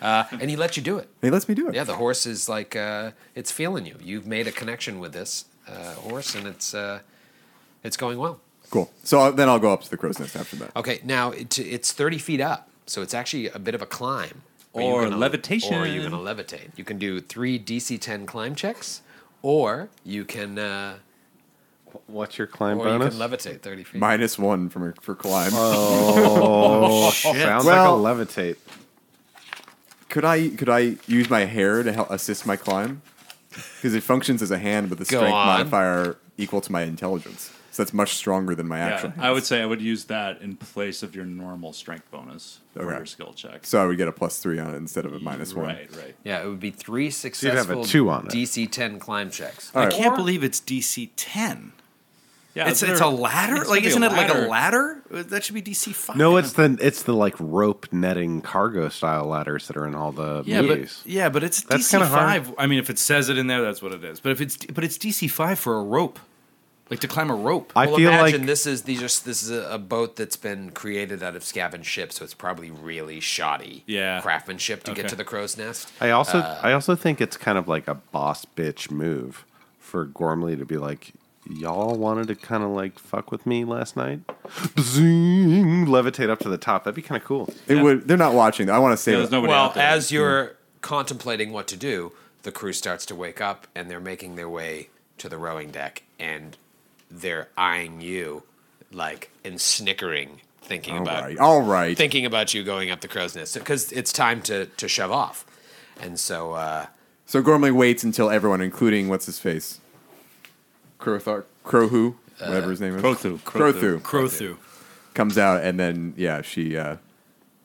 Speaker 4: and he let you do it.
Speaker 8: He lets me do it.
Speaker 4: Yeah, the horse is like uh, it's feeling you. You've made a connection with this uh, horse, and it's uh, it's going well.
Speaker 8: Cool. So I'll, then I'll go up to the crow's nest after that.
Speaker 4: Okay, now it, it's thirty feet up, so it's actually a bit of a climb. Are you
Speaker 6: Or
Speaker 4: gonna-
Speaker 6: levitation.
Speaker 4: Or you're gonna levitate. You can do three DC ten climb checks, or you can uh,
Speaker 7: What's your climb
Speaker 4: or
Speaker 7: bonus?
Speaker 4: you can levitate thirty feet.
Speaker 8: Minus one from for climb.
Speaker 4: Oh,
Speaker 7: Sounds
Speaker 8: Well-
Speaker 7: like a levitate.
Speaker 8: could I could I use my hair to help assist my climb? Because it functions as a hand with a
Speaker 4: Go
Speaker 8: strength
Speaker 4: on.
Speaker 8: modifier equal to my intelligence. So that's much stronger than my
Speaker 6: Yeah,
Speaker 8: action.
Speaker 6: I would say I would use that in place of your normal strength bonus or
Speaker 8: Okay.
Speaker 6: your skill check.
Speaker 8: so I would get a plus three on it instead of a minus one.
Speaker 6: Right, right.
Speaker 4: yeah, it would be three
Speaker 7: you'd have a
Speaker 4: successful
Speaker 7: two on it.
Speaker 4: DC ten climb checks.
Speaker 8: All
Speaker 3: I
Speaker 8: right.
Speaker 3: can't believe it's DC ten.
Speaker 6: Yeah,
Speaker 3: It's
Speaker 6: they're-
Speaker 3: it's a ladder.
Speaker 6: it's
Speaker 3: like
Speaker 6: gonna be
Speaker 3: isn't
Speaker 6: a
Speaker 3: it like a ladder? That should be DC five.
Speaker 7: No, it's the it's the like rope netting cargo style ladders that are in all the
Speaker 3: yeah, but
Speaker 7: movies.
Speaker 3: yeah, but it's
Speaker 7: That's
Speaker 3: DC
Speaker 7: kinda hard.
Speaker 3: five. I mean, if it says it in there, that's what it is. But if it's but it's DC five for a rope, like to climb a rope.
Speaker 7: I
Speaker 4: well,
Speaker 7: feel
Speaker 4: imagine
Speaker 7: like
Speaker 4: this is these are this is a, a boat that's been created out of scavenged ships, so it's probably really shoddy
Speaker 3: Yeah.
Speaker 4: craftsmanship to get
Speaker 3: Okay.
Speaker 4: to the crow's nest.
Speaker 7: I also
Speaker 4: uh,
Speaker 7: I also think it's kind of like a boss bitch move for Gormley to be like, y'all wanted to kind of like fuck with me last night, Bzing, levitate up to the top. That'd be kind of cool.
Speaker 8: It would. They're not watching. I want to say
Speaker 6: Yeah, there's nobody
Speaker 4: Well,
Speaker 6: out there.
Speaker 4: as you're contemplating what to do, the crew starts to wake up and they're making their way to the rowing deck and they're eyeing you like and snickering, thinking
Speaker 8: All
Speaker 4: about
Speaker 8: right. All right.
Speaker 4: thinking about you going up the crow's nest because it's time to to shove off. And so uh,
Speaker 8: so Gormley waits until everyone, including what's his face, Crowthar, Crowhu, whatever his name is,
Speaker 6: Crowthu.
Speaker 8: Crowthu,
Speaker 3: Crow through.
Speaker 8: comes out, and then yeah, she uh,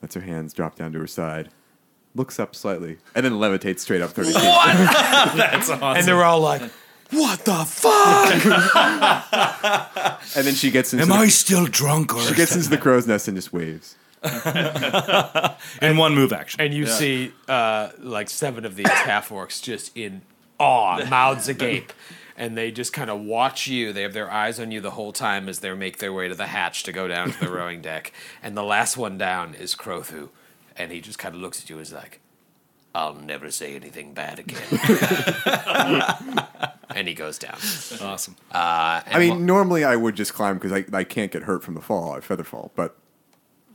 Speaker 8: lets her hands drop down to her side, looks up slightly, and then levitates straight up thirty feet.
Speaker 4: and they're all like,
Speaker 8: What the fuck? and then she gets into.
Speaker 10: Am
Speaker 8: the-
Speaker 10: I still drunk or-
Speaker 8: she gets into the crow's nest and just waves.
Speaker 3: in one move action.
Speaker 4: And you
Speaker 8: Yeah.
Speaker 4: see uh, like seven of these half orcs just in awe, mouths agape. And they just kind of watch you. They have their eyes on you the whole time as they make their way to the hatch to go down to the rowing deck. And the last one down is Crothu. And he just kind of looks at you and is like, I'll never say anything bad again. and he goes down.
Speaker 3: Awesome.
Speaker 4: Uh, and
Speaker 8: I mean, normally I would just climb because I, I can't get hurt from a fall, a feather fall, but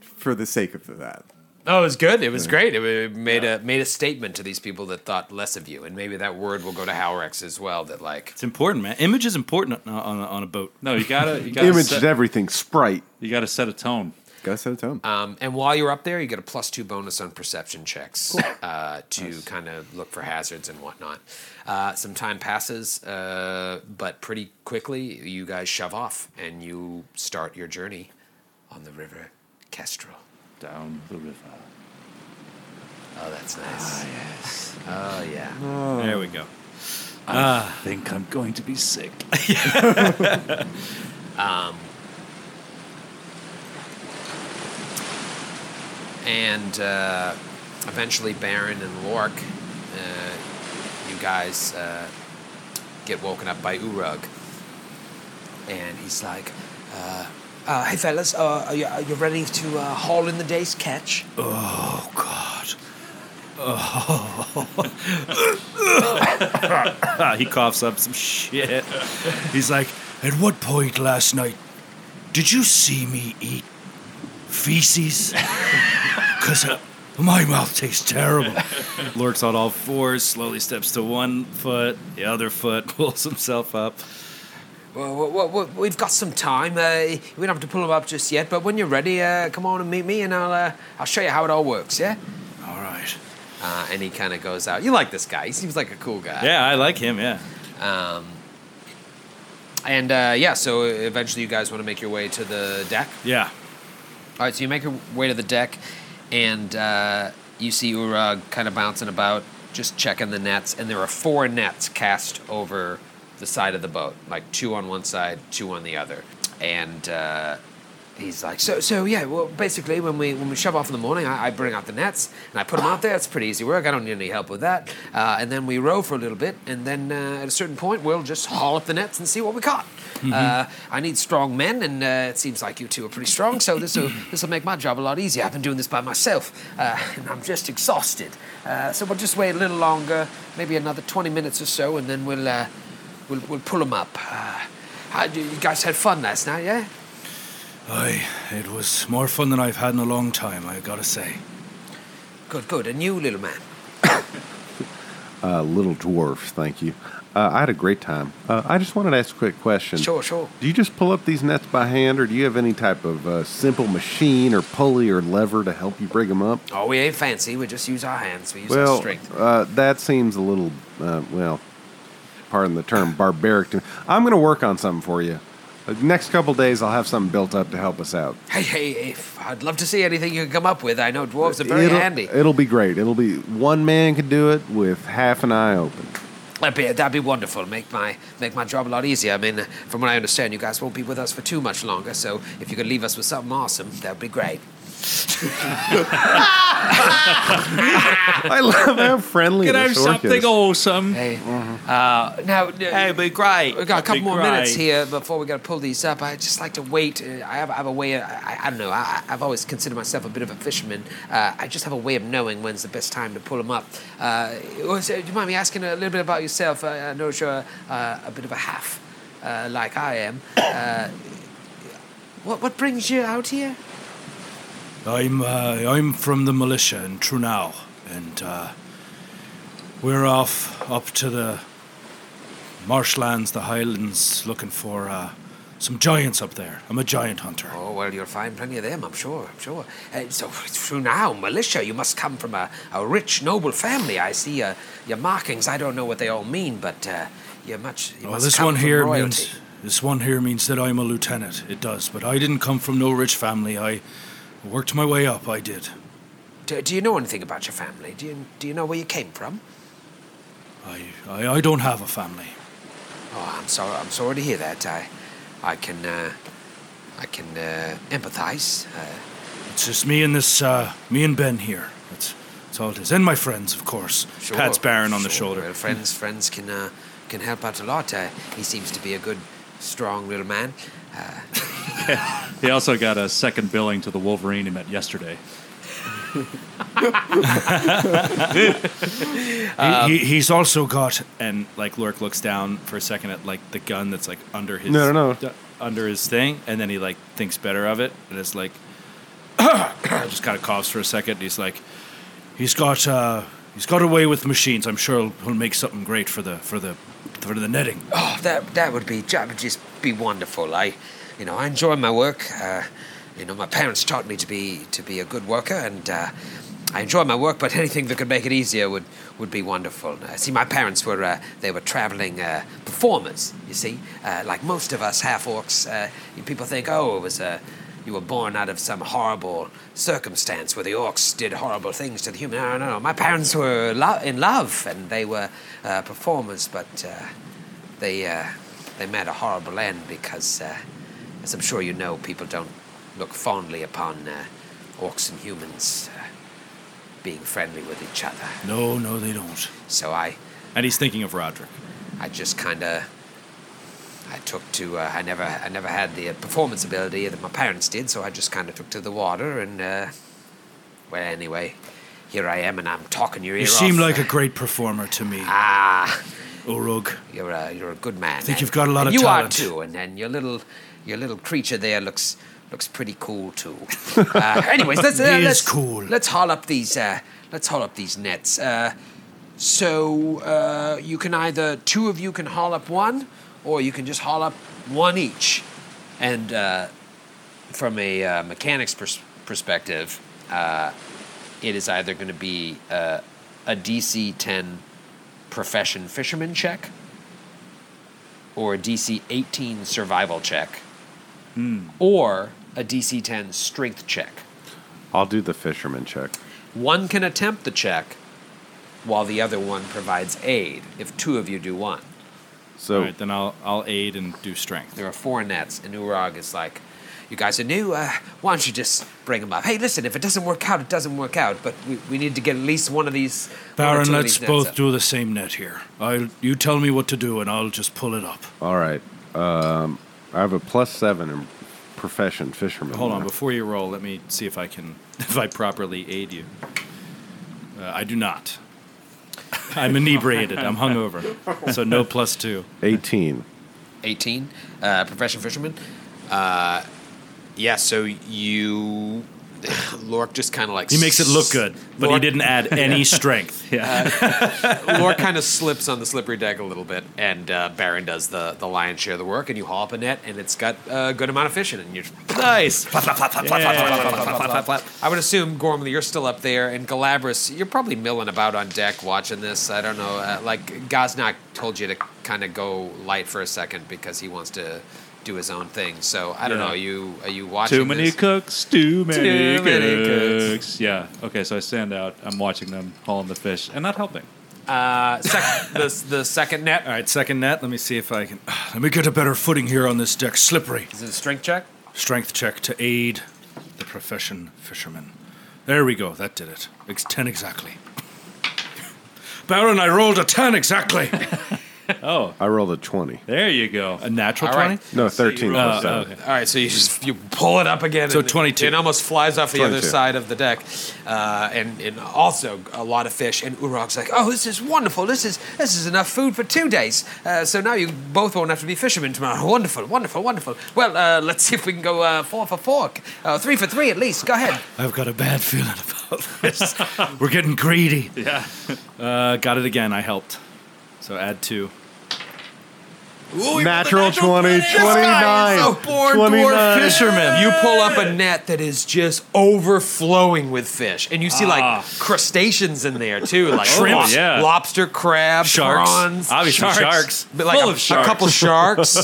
Speaker 8: for the sake of that.
Speaker 4: Oh, it was good. It was great. It wa- made a made a statement to these people that thought less of you, and maybe that word will go to Halrex as well. That like
Speaker 3: It's important, man. Image is important on, on, on a boat.
Speaker 6: No, you gotta. You
Speaker 4: gotta
Speaker 7: Image
Speaker 4: set-
Speaker 7: is everything. Sprite.
Speaker 6: You got to set a tone.
Speaker 8: Got to set a tone.
Speaker 4: Um, and while you're up there, you get a plus two bonus on perception checks uh, to kind of look for hazards and whatnot. Uh, some time passes, uh, but pretty quickly you guys shove off and you start your journey on the river Kestrel.
Speaker 6: Down the river. Ah,
Speaker 4: Oh, that's nice. yes. Oh, yeah.
Speaker 3: There we go.
Speaker 6: I think I'm going to be sick.
Speaker 4: um, and uh, eventually, Baron and Lork, uh, you guys uh, get woken up by Urug. And he's like, uh,
Speaker 11: Uh, hey, fellas, uh, are, you, are you ready to uh, haul in the day's catch?
Speaker 10: Oh God.
Speaker 3: Oh. he coughs up some shit.
Speaker 10: He's like, at what point last night did you see me eat feces? Because my mouth tastes terrible.
Speaker 3: Lurks on all fours, slowly steps to one foot, the other foot, pulls himself up.
Speaker 11: Well, well, well, well, we've got some time. Uh, we don't have to pull them up just yet, but when you're ready, uh, come on and meet me, and I'll uh, I'll show you how it all works. Yeah.
Speaker 10: All right.
Speaker 4: uh, and he kind of goes out. You like this guy. He seems like a cool guy.
Speaker 3: Yeah, I like him, yeah.
Speaker 4: Um, and uh, yeah, so eventually you guys want to make your way to the deck.
Speaker 3: Yeah.
Speaker 4: All right, so you make your way to the deck, and uh, you see Urag kind of bouncing about, just checking the nets. And there are four nets cast over the side of the boat, like two on one side, two on the other. And uh, he's like,
Speaker 11: So, so yeah. Well, basically, when we when we shove off in the morning, I, I bring out the nets and I put them out there. It's pretty easy work. I don't need any help with that. Uh, and then we row for a little bit, and then uh, at a certain point, we'll just haul up the nets and see what we caught. Uh, I need strong men, and uh, it seems like you two are pretty strong. So this will this will make my job a lot easier. I've been doing this by myself, uh, and I'm just exhausted. Uh, so we'll just wait a little longer, maybe another twenty minutes or so, and then we'll uh, we'll we'll pull them up. Uh, how, you guys had fun last night, yeah?
Speaker 10: Aye, it was more fun than I've had in a long time, I gotta say.
Speaker 11: Good, good. And you, little man?
Speaker 7: Uh, little dwarfs, thank you. Uh, I had a great time. Uh, I just wanted to ask a quick question.
Speaker 11: Sure, sure.
Speaker 7: Do you just pull up these nets by hand, or do you have any type of uh, simple machine or pulley or lever to help you bring them up?
Speaker 11: Oh, we ain't fancy. We just use our hands. We use our
Speaker 7: well,
Speaker 11: strength.
Speaker 7: uh, that seems a little, uh, well, pardon the term, barbaric to me. I'm going to work on something for you. Uh, next couple days, I'll have something built up to help us out.
Speaker 11: Hey, hey, if I'd love to see anything you can come up with. I know dwarves are very
Speaker 7: it'll,
Speaker 11: handy.
Speaker 7: It'll be great. It'll be one man can do it with half an eye open.
Speaker 11: That'd be, that'd be wonderful. Make my make my job a lot easier. I mean, uh, from what I understand, you guys won't be with us for too much longer. So if you could leave us with something awesome, that'd be great.
Speaker 7: I love how friendly
Speaker 11: Can I
Speaker 7: this
Speaker 11: have
Speaker 7: orc is.
Speaker 11: something
Speaker 6: awesome?
Speaker 11: Hey,
Speaker 7: Mm-hmm.
Speaker 11: uh, now, hey,
Speaker 3: be great.
Speaker 11: We've got a
Speaker 7: That'd
Speaker 11: couple
Speaker 7: be
Speaker 11: more
Speaker 7: great.
Speaker 11: minutes here before we got to pull these up. I just like to wait. Uh, I have, I have a way. Of, I, I don't know. I, I've always considered myself a bit of a fisherman. Uh, I just have a way of knowing when's the best time to pull them up. Uh, oh, so do you mind me asking a little bit about yourself? Uh, I notice you're uh, a bit of a half, uh, like I am. Uh, what what brings you out here?
Speaker 10: I'm uh, I'm from the militia in Trunau, and uh, we're off up to the marshlands, the highlands, looking for uh, some giants up there. I'm a giant hunter.
Speaker 11: Oh well, you'll find plenty of them. I'm sure. I'm sure. Uh, so through now, militia. You must come from a, a rich, noble family. I see uh, your markings. I don't know what they all mean, but uh, you're much. You
Speaker 10: Well,
Speaker 11: must
Speaker 10: this
Speaker 11: come
Speaker 10: one
Speaker 11: from
Speaker 10: here
Speaker 11: royalty.
Speaker 10: means this one here means that I'm a lieutenant. It does, but I didn't come from no rich family. I worked my way up. I did.
Speaker 11: Do, do you know anything about your family? Do you do you know where you came from?
Speaker 10: I I, I don't have a family.
Speaker 4: Oh, I'm sorry. I'm sorry to hear that. I, I can, uh, I can uh, empathize. Uh,
Speaker 10: It's just me and this, uh, me and Ben here. That's, that's all it is. And my friends, of course.
Speaker 4: Sure,
Speaker 10: Pat's Baron on the
Speaker 4: sure.
Speaker 10: shoulder.
Speaker 4: Well, friends, friends can uh, can help out a lot. Uh, he seems to be a good, strong little man. Uh,
Speaker 6: He also got a second billing to the Wolverine he met yesterday.
Speaker 11: Um,
Speaker 3: he, he- he's also got and like Lork looks down for a second at like the gun that's like under his
Speaker 7: No, no, no.
Speaker 3: d- under his thing, and then he like thinks better of it and it's like just kind of coughs for a second. And he's like,
Speaker 10: He's got, uh, he's got a way with machines. I'm sure he'll, he'll make something great for the, for the, for the netting.
Speaker 4: oh, that that would be that would just be wonderful. I, you know, I enjoy my work. Uh, you know, my parents taught me to be to be a good worker, and uh, I enjoy my work. But anything that could make it easier would would be wonderful. Uh, see, my parents were uh, they were traveling uh, performers. You see, uh, like most of us half orcs, uh, people think, oh, it was a you were born out of some horrible circumstance where the orcs did horrible things to the human. No, no, no. My parents were lo- in love, and they were uh, performers, but uh, they uh, they met a horrible end because, uh, as I'm sure you know, people don't look fondly upon uh, orcs and humans uh, being friendly with each other.
Speaker 10: No, no, they don't.
Speaker 4: So I
Speaker 3: and he's thinking of Roderick.
Speaker 4: I just kind of I took to uh, I never I never had the uh, performance ability that my parents did, so I just kind of took to the water and uh, well anyway, here I am and I'm talking your ear
Speaker 10: You
Speaker 4: off.
Speaker 10: seem like a great performer to me,
Speaker 4: ah.
Speaker 10: Urug.
Speaker 4: You're a, you're a good man. I
Speaker 10: think you've got a lot of
Speaker 4: you
Speaker 10: talent.
Speaker 4: You are too, and, and your little your little creature there looks looks pretty cool too. Uh, anyways, let's uh,
Speaker 10: He is
Speaker 4: let's
Speaker 10: cool.
Speaker 4: Let's haul up these uh, let's haul up these nets. Uh, so uh, you can either two of you can haul up one, or you can just haul up one each. And uh, from a uh, mechanic's pers- perspective, uh, it is either going to be uh, a DC 10 profession fisherman check or a DC 18 survival check
Speaker 3: Hmm.
Speaker 4: or a DC 10 strength check.
Speaker 7: I'll do the fisherman check.
Speaker 4: One can attempt the check while the other one provides aid if two of you do one.
Speaker 7: So
Speaker 3: All right, then I'll I'll aid and do strength.
Speaker 4: There are four nets, and Urag is like, "You guys are new. Uh, why don't you just bring them up? Hey, listen, if it doesn't work out, it doesn't work out. But we, we need to get at least one of these." one or
Speaker 10: Baron,
Speaker 4: two of
Speaker 10: let's
Speaker 4: these nets
Speaker 10: both
Speaker 4: up."
Speaker 10: do the same net here. I'll, you tell me what to do, and I'll just pull it up.
Speaker 7: all right. Um, I have a plus seven in profession fisherman.
Speaker 3: Hold on,
Speaker 7: now.
Speaker 3: before you roll, let me see if I can if I properly aid you. Uh, I do not. I'm inebriated. I'm hungover, so no plus two.
Speaker 7: Eighteen.
Speaker 4: 18, uh, profession fisherman. Uh, yeah, so you. Lork just kind of like.
Speaker 3: He makes it look good, but he
Speaker 4: Lork-
Speaker 3: didn't add any strength.
Speaker 11: Lork kind of slips on the slippery deck a little bit, and uh, Baron does the, the lion's share of the work, and you haul up a net, and it's got a good amount of fish in it, and you're nice. Flap, flap, flap, flap, flap, flap, flap, flap, flap, flap, flap, flap. I would assume, Gormley, you're still up there, and Galabras, you're probably milling about on deck watching this. I don't know. Uh, like, Gaznak told you to kind of go light for a second because he wants to do his own thing. So I don't
Speaker 6: Yeah.
Speaker 11: know. Are you, are you watching
Speaker 6: Too many
Speaker 11: this?
Speaker 6: cooks, too many,
Speaker 11: Too many
Speaker 6: cooks.
Speaker 11: cooks.
Speaker 6: Yeah. Okay, so I stand out. I'm watching them hauling the fish and not helping.
Speaker 11: Uh, sec- the, the second net.
Speaker 3: All right, second net. Let me see if I can. uh,
Speaker 10: Let me get a better footing here on this deck. Slippery.
Speaker 11: Is it a strength check?
Speaker 10: Strength check to aid the profession fisherman. There we go. That did it. It's 10 exactly. Baron, I rolled a 10 exactly.
Speaker 6: Oh,
Speaker 7: I rolled a twenty.
Speaker 6: there you go.
Speaker 3: A natural
Speaker 11: All right.
Speaker 3: twenty. Uh,
Speaker 7: No, thirteen. plus seven.
Speaker 11: All right, so you just you pull it up again.
Speaker 3: So
Speaker 11: and
Speaker 3: 22.
Speaker 11: It almost flies off the other
Speaker 7: 22.
Speaker 11: side of the deck, uh, and and also a lot of fish. And Urog's like, "Oh, this is wonderful. This is this is enough food for two days. Uh, so now you both won't have to be fishermen tomorrow. Wonderful, wonderful, wonderful. Well, uh, let's see if we can go uh, four for four, uh, three for three at least. Go ahead.
Speaker 10: I've got a bad feeling about this. We're getting greedy.
Speaker 3: Uh, got it again. I helped. So add two.
Speaker 7: Natural, 20, 29.
Speaker 11: so born dwarf
Speaker 7: 29.
Speaker 11: fisherman. You pull up a net that is just overflowing with fish, and you see like crustaceans in there too, like
Speaker 3: Shrimp.
Speaker 11: lo-
Speaker 6: Yeah.
Speaker 11: lobster, crab,
Speaker 3: Sharks.
Speaker 11: prawns,
Speaker 3: Obviously sharks.
Speaker 11: but like
Speaker 3: Full
Speaker 11: a,
Speaker 3: of sharks.
Speaker 11: a couple sharks.
Speaker 6: Full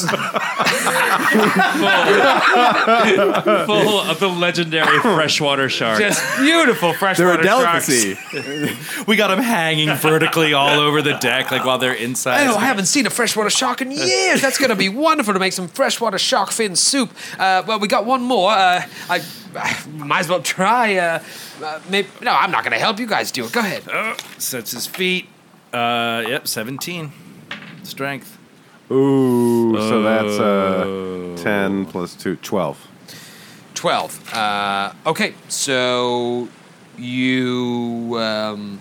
Speaker 6: of the legendary freshwater shark.
Speaker 11: just beautiful
Speaker 8: They're
Speaker 11: freshwater
Speaker 8: a delicacy.
Speaker 3: We got them hanging vertically all over the deck, like while they're inside.
Speaker 11: Oh, I haven't seen a freshwater shark in years.
Speaker 4: years. That's going to be wonderful to make some freshwater shark fin soup. Uh, well, we got one more. Uh, I, I might as well try. Uh, uh, maybe, no, I'm not going to help you guys do it. Go ahead.
Speaker 3: Oh, sets his feet. Uh, yep, 17. Strength.
Speaker 7: Ooh, so that's uh, 10 plus 2, 12.
Speaker 4: 12. Uh, okay, so you. Um,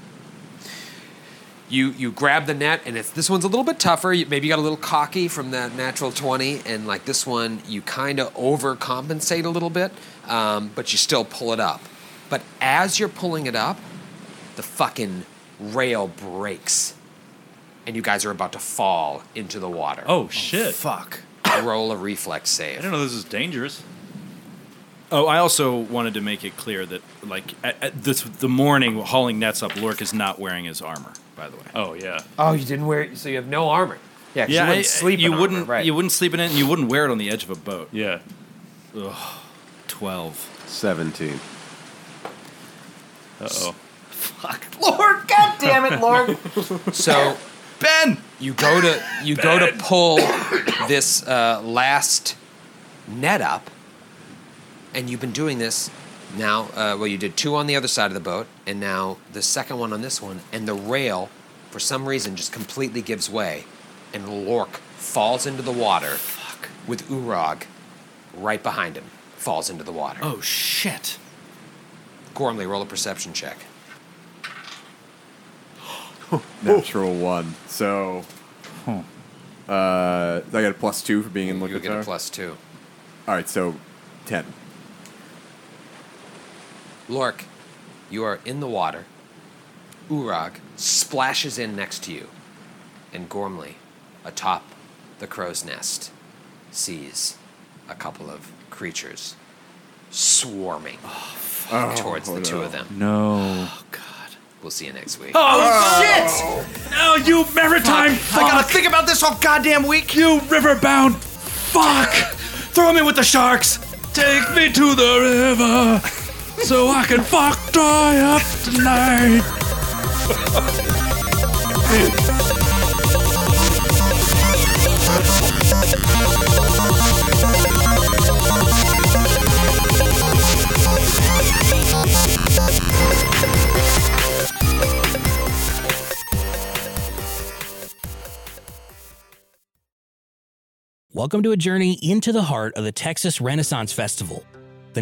Speaker 4: you, you grab the net and it's this one's a little bit tougher. You, maybe you got a little cocky from that natural twenty, and like this one, you kind of overcompensate a little bit, um, but you still pull it up. But as you're pulling it up, the fucking rail breaks, and you guys are about to fall into the water.
Speaker 6: Oh, shit.
Speaker 4: Fuck! Roll a reflex save.
Speaker 6: I didn't know this was dangerous.
Speaker 3: Oh, I also wanted to make it clear that, like, at, at this, the morning hauling nets up, Lork is not wearing his armor, by the way.
Speaker 6: Oh, yeah.
Speaker 4: Oh, you didn't wear it, so you have no armor. Yeah, 'cause you
Speaker 3: I-
Speaker 4: wouldn't sleep.
Speaker 3: you
Speaker 4: in
Speaker 3: wouldn't
Speaker 4: armor, right?
Speaker 3: you wouldn't sleep in it and you wouldn't wear it on the edge of a boat.
Speaker 6: Yeah.
Speaker 3: Ugh, 12.
Speaker 7: 17.
Speaker 6: Uh oh.
Speaker 12: Lord, God damn it, Lord.
Speaker 4: so
Speaker 3: Ben!
Speaker 4: you go to you go to pull this uh, last net up, and you've been doing this now. Uh, well, you did two on the other side of the boat, and now the second one on this one, and the rail, for some reason, just completely gives way, and Lork falls into the water with Urog right behind him. Falls into the water.
Speaker 3: Oh, shit.
Speaker 4: Gormley, roll a perception check.
Speaker 8: Natural one. So. Uh, I got a plus two for being in
Speaker 4: You get a
Speaker 8: Lookatar.
Speaker 4: plus two.
Speaker 8: All right, so 10.
Speaker 4: Lork, you are in the water. Urag splashes in next to you, and Gormley, atop the crow's nest, sees a couple of creatures swarming
Speaker 12: Oh,
Speaker 4: towards the two of them.
Speaker 6: No.
Speaker 4: We'll see you next week.
Speaker 12: Oh,
Speaker 6: No, you maritime
Speaker 12: shit! I gotta think about this all goddamn week.
Speaker 6: You riverbound fuck! Throw me with the sharks! Take me to the river so I can fuck dry up tonight!
Speaker 10: Welcome to a journey into the heart of the Texas Renaissance Festival, the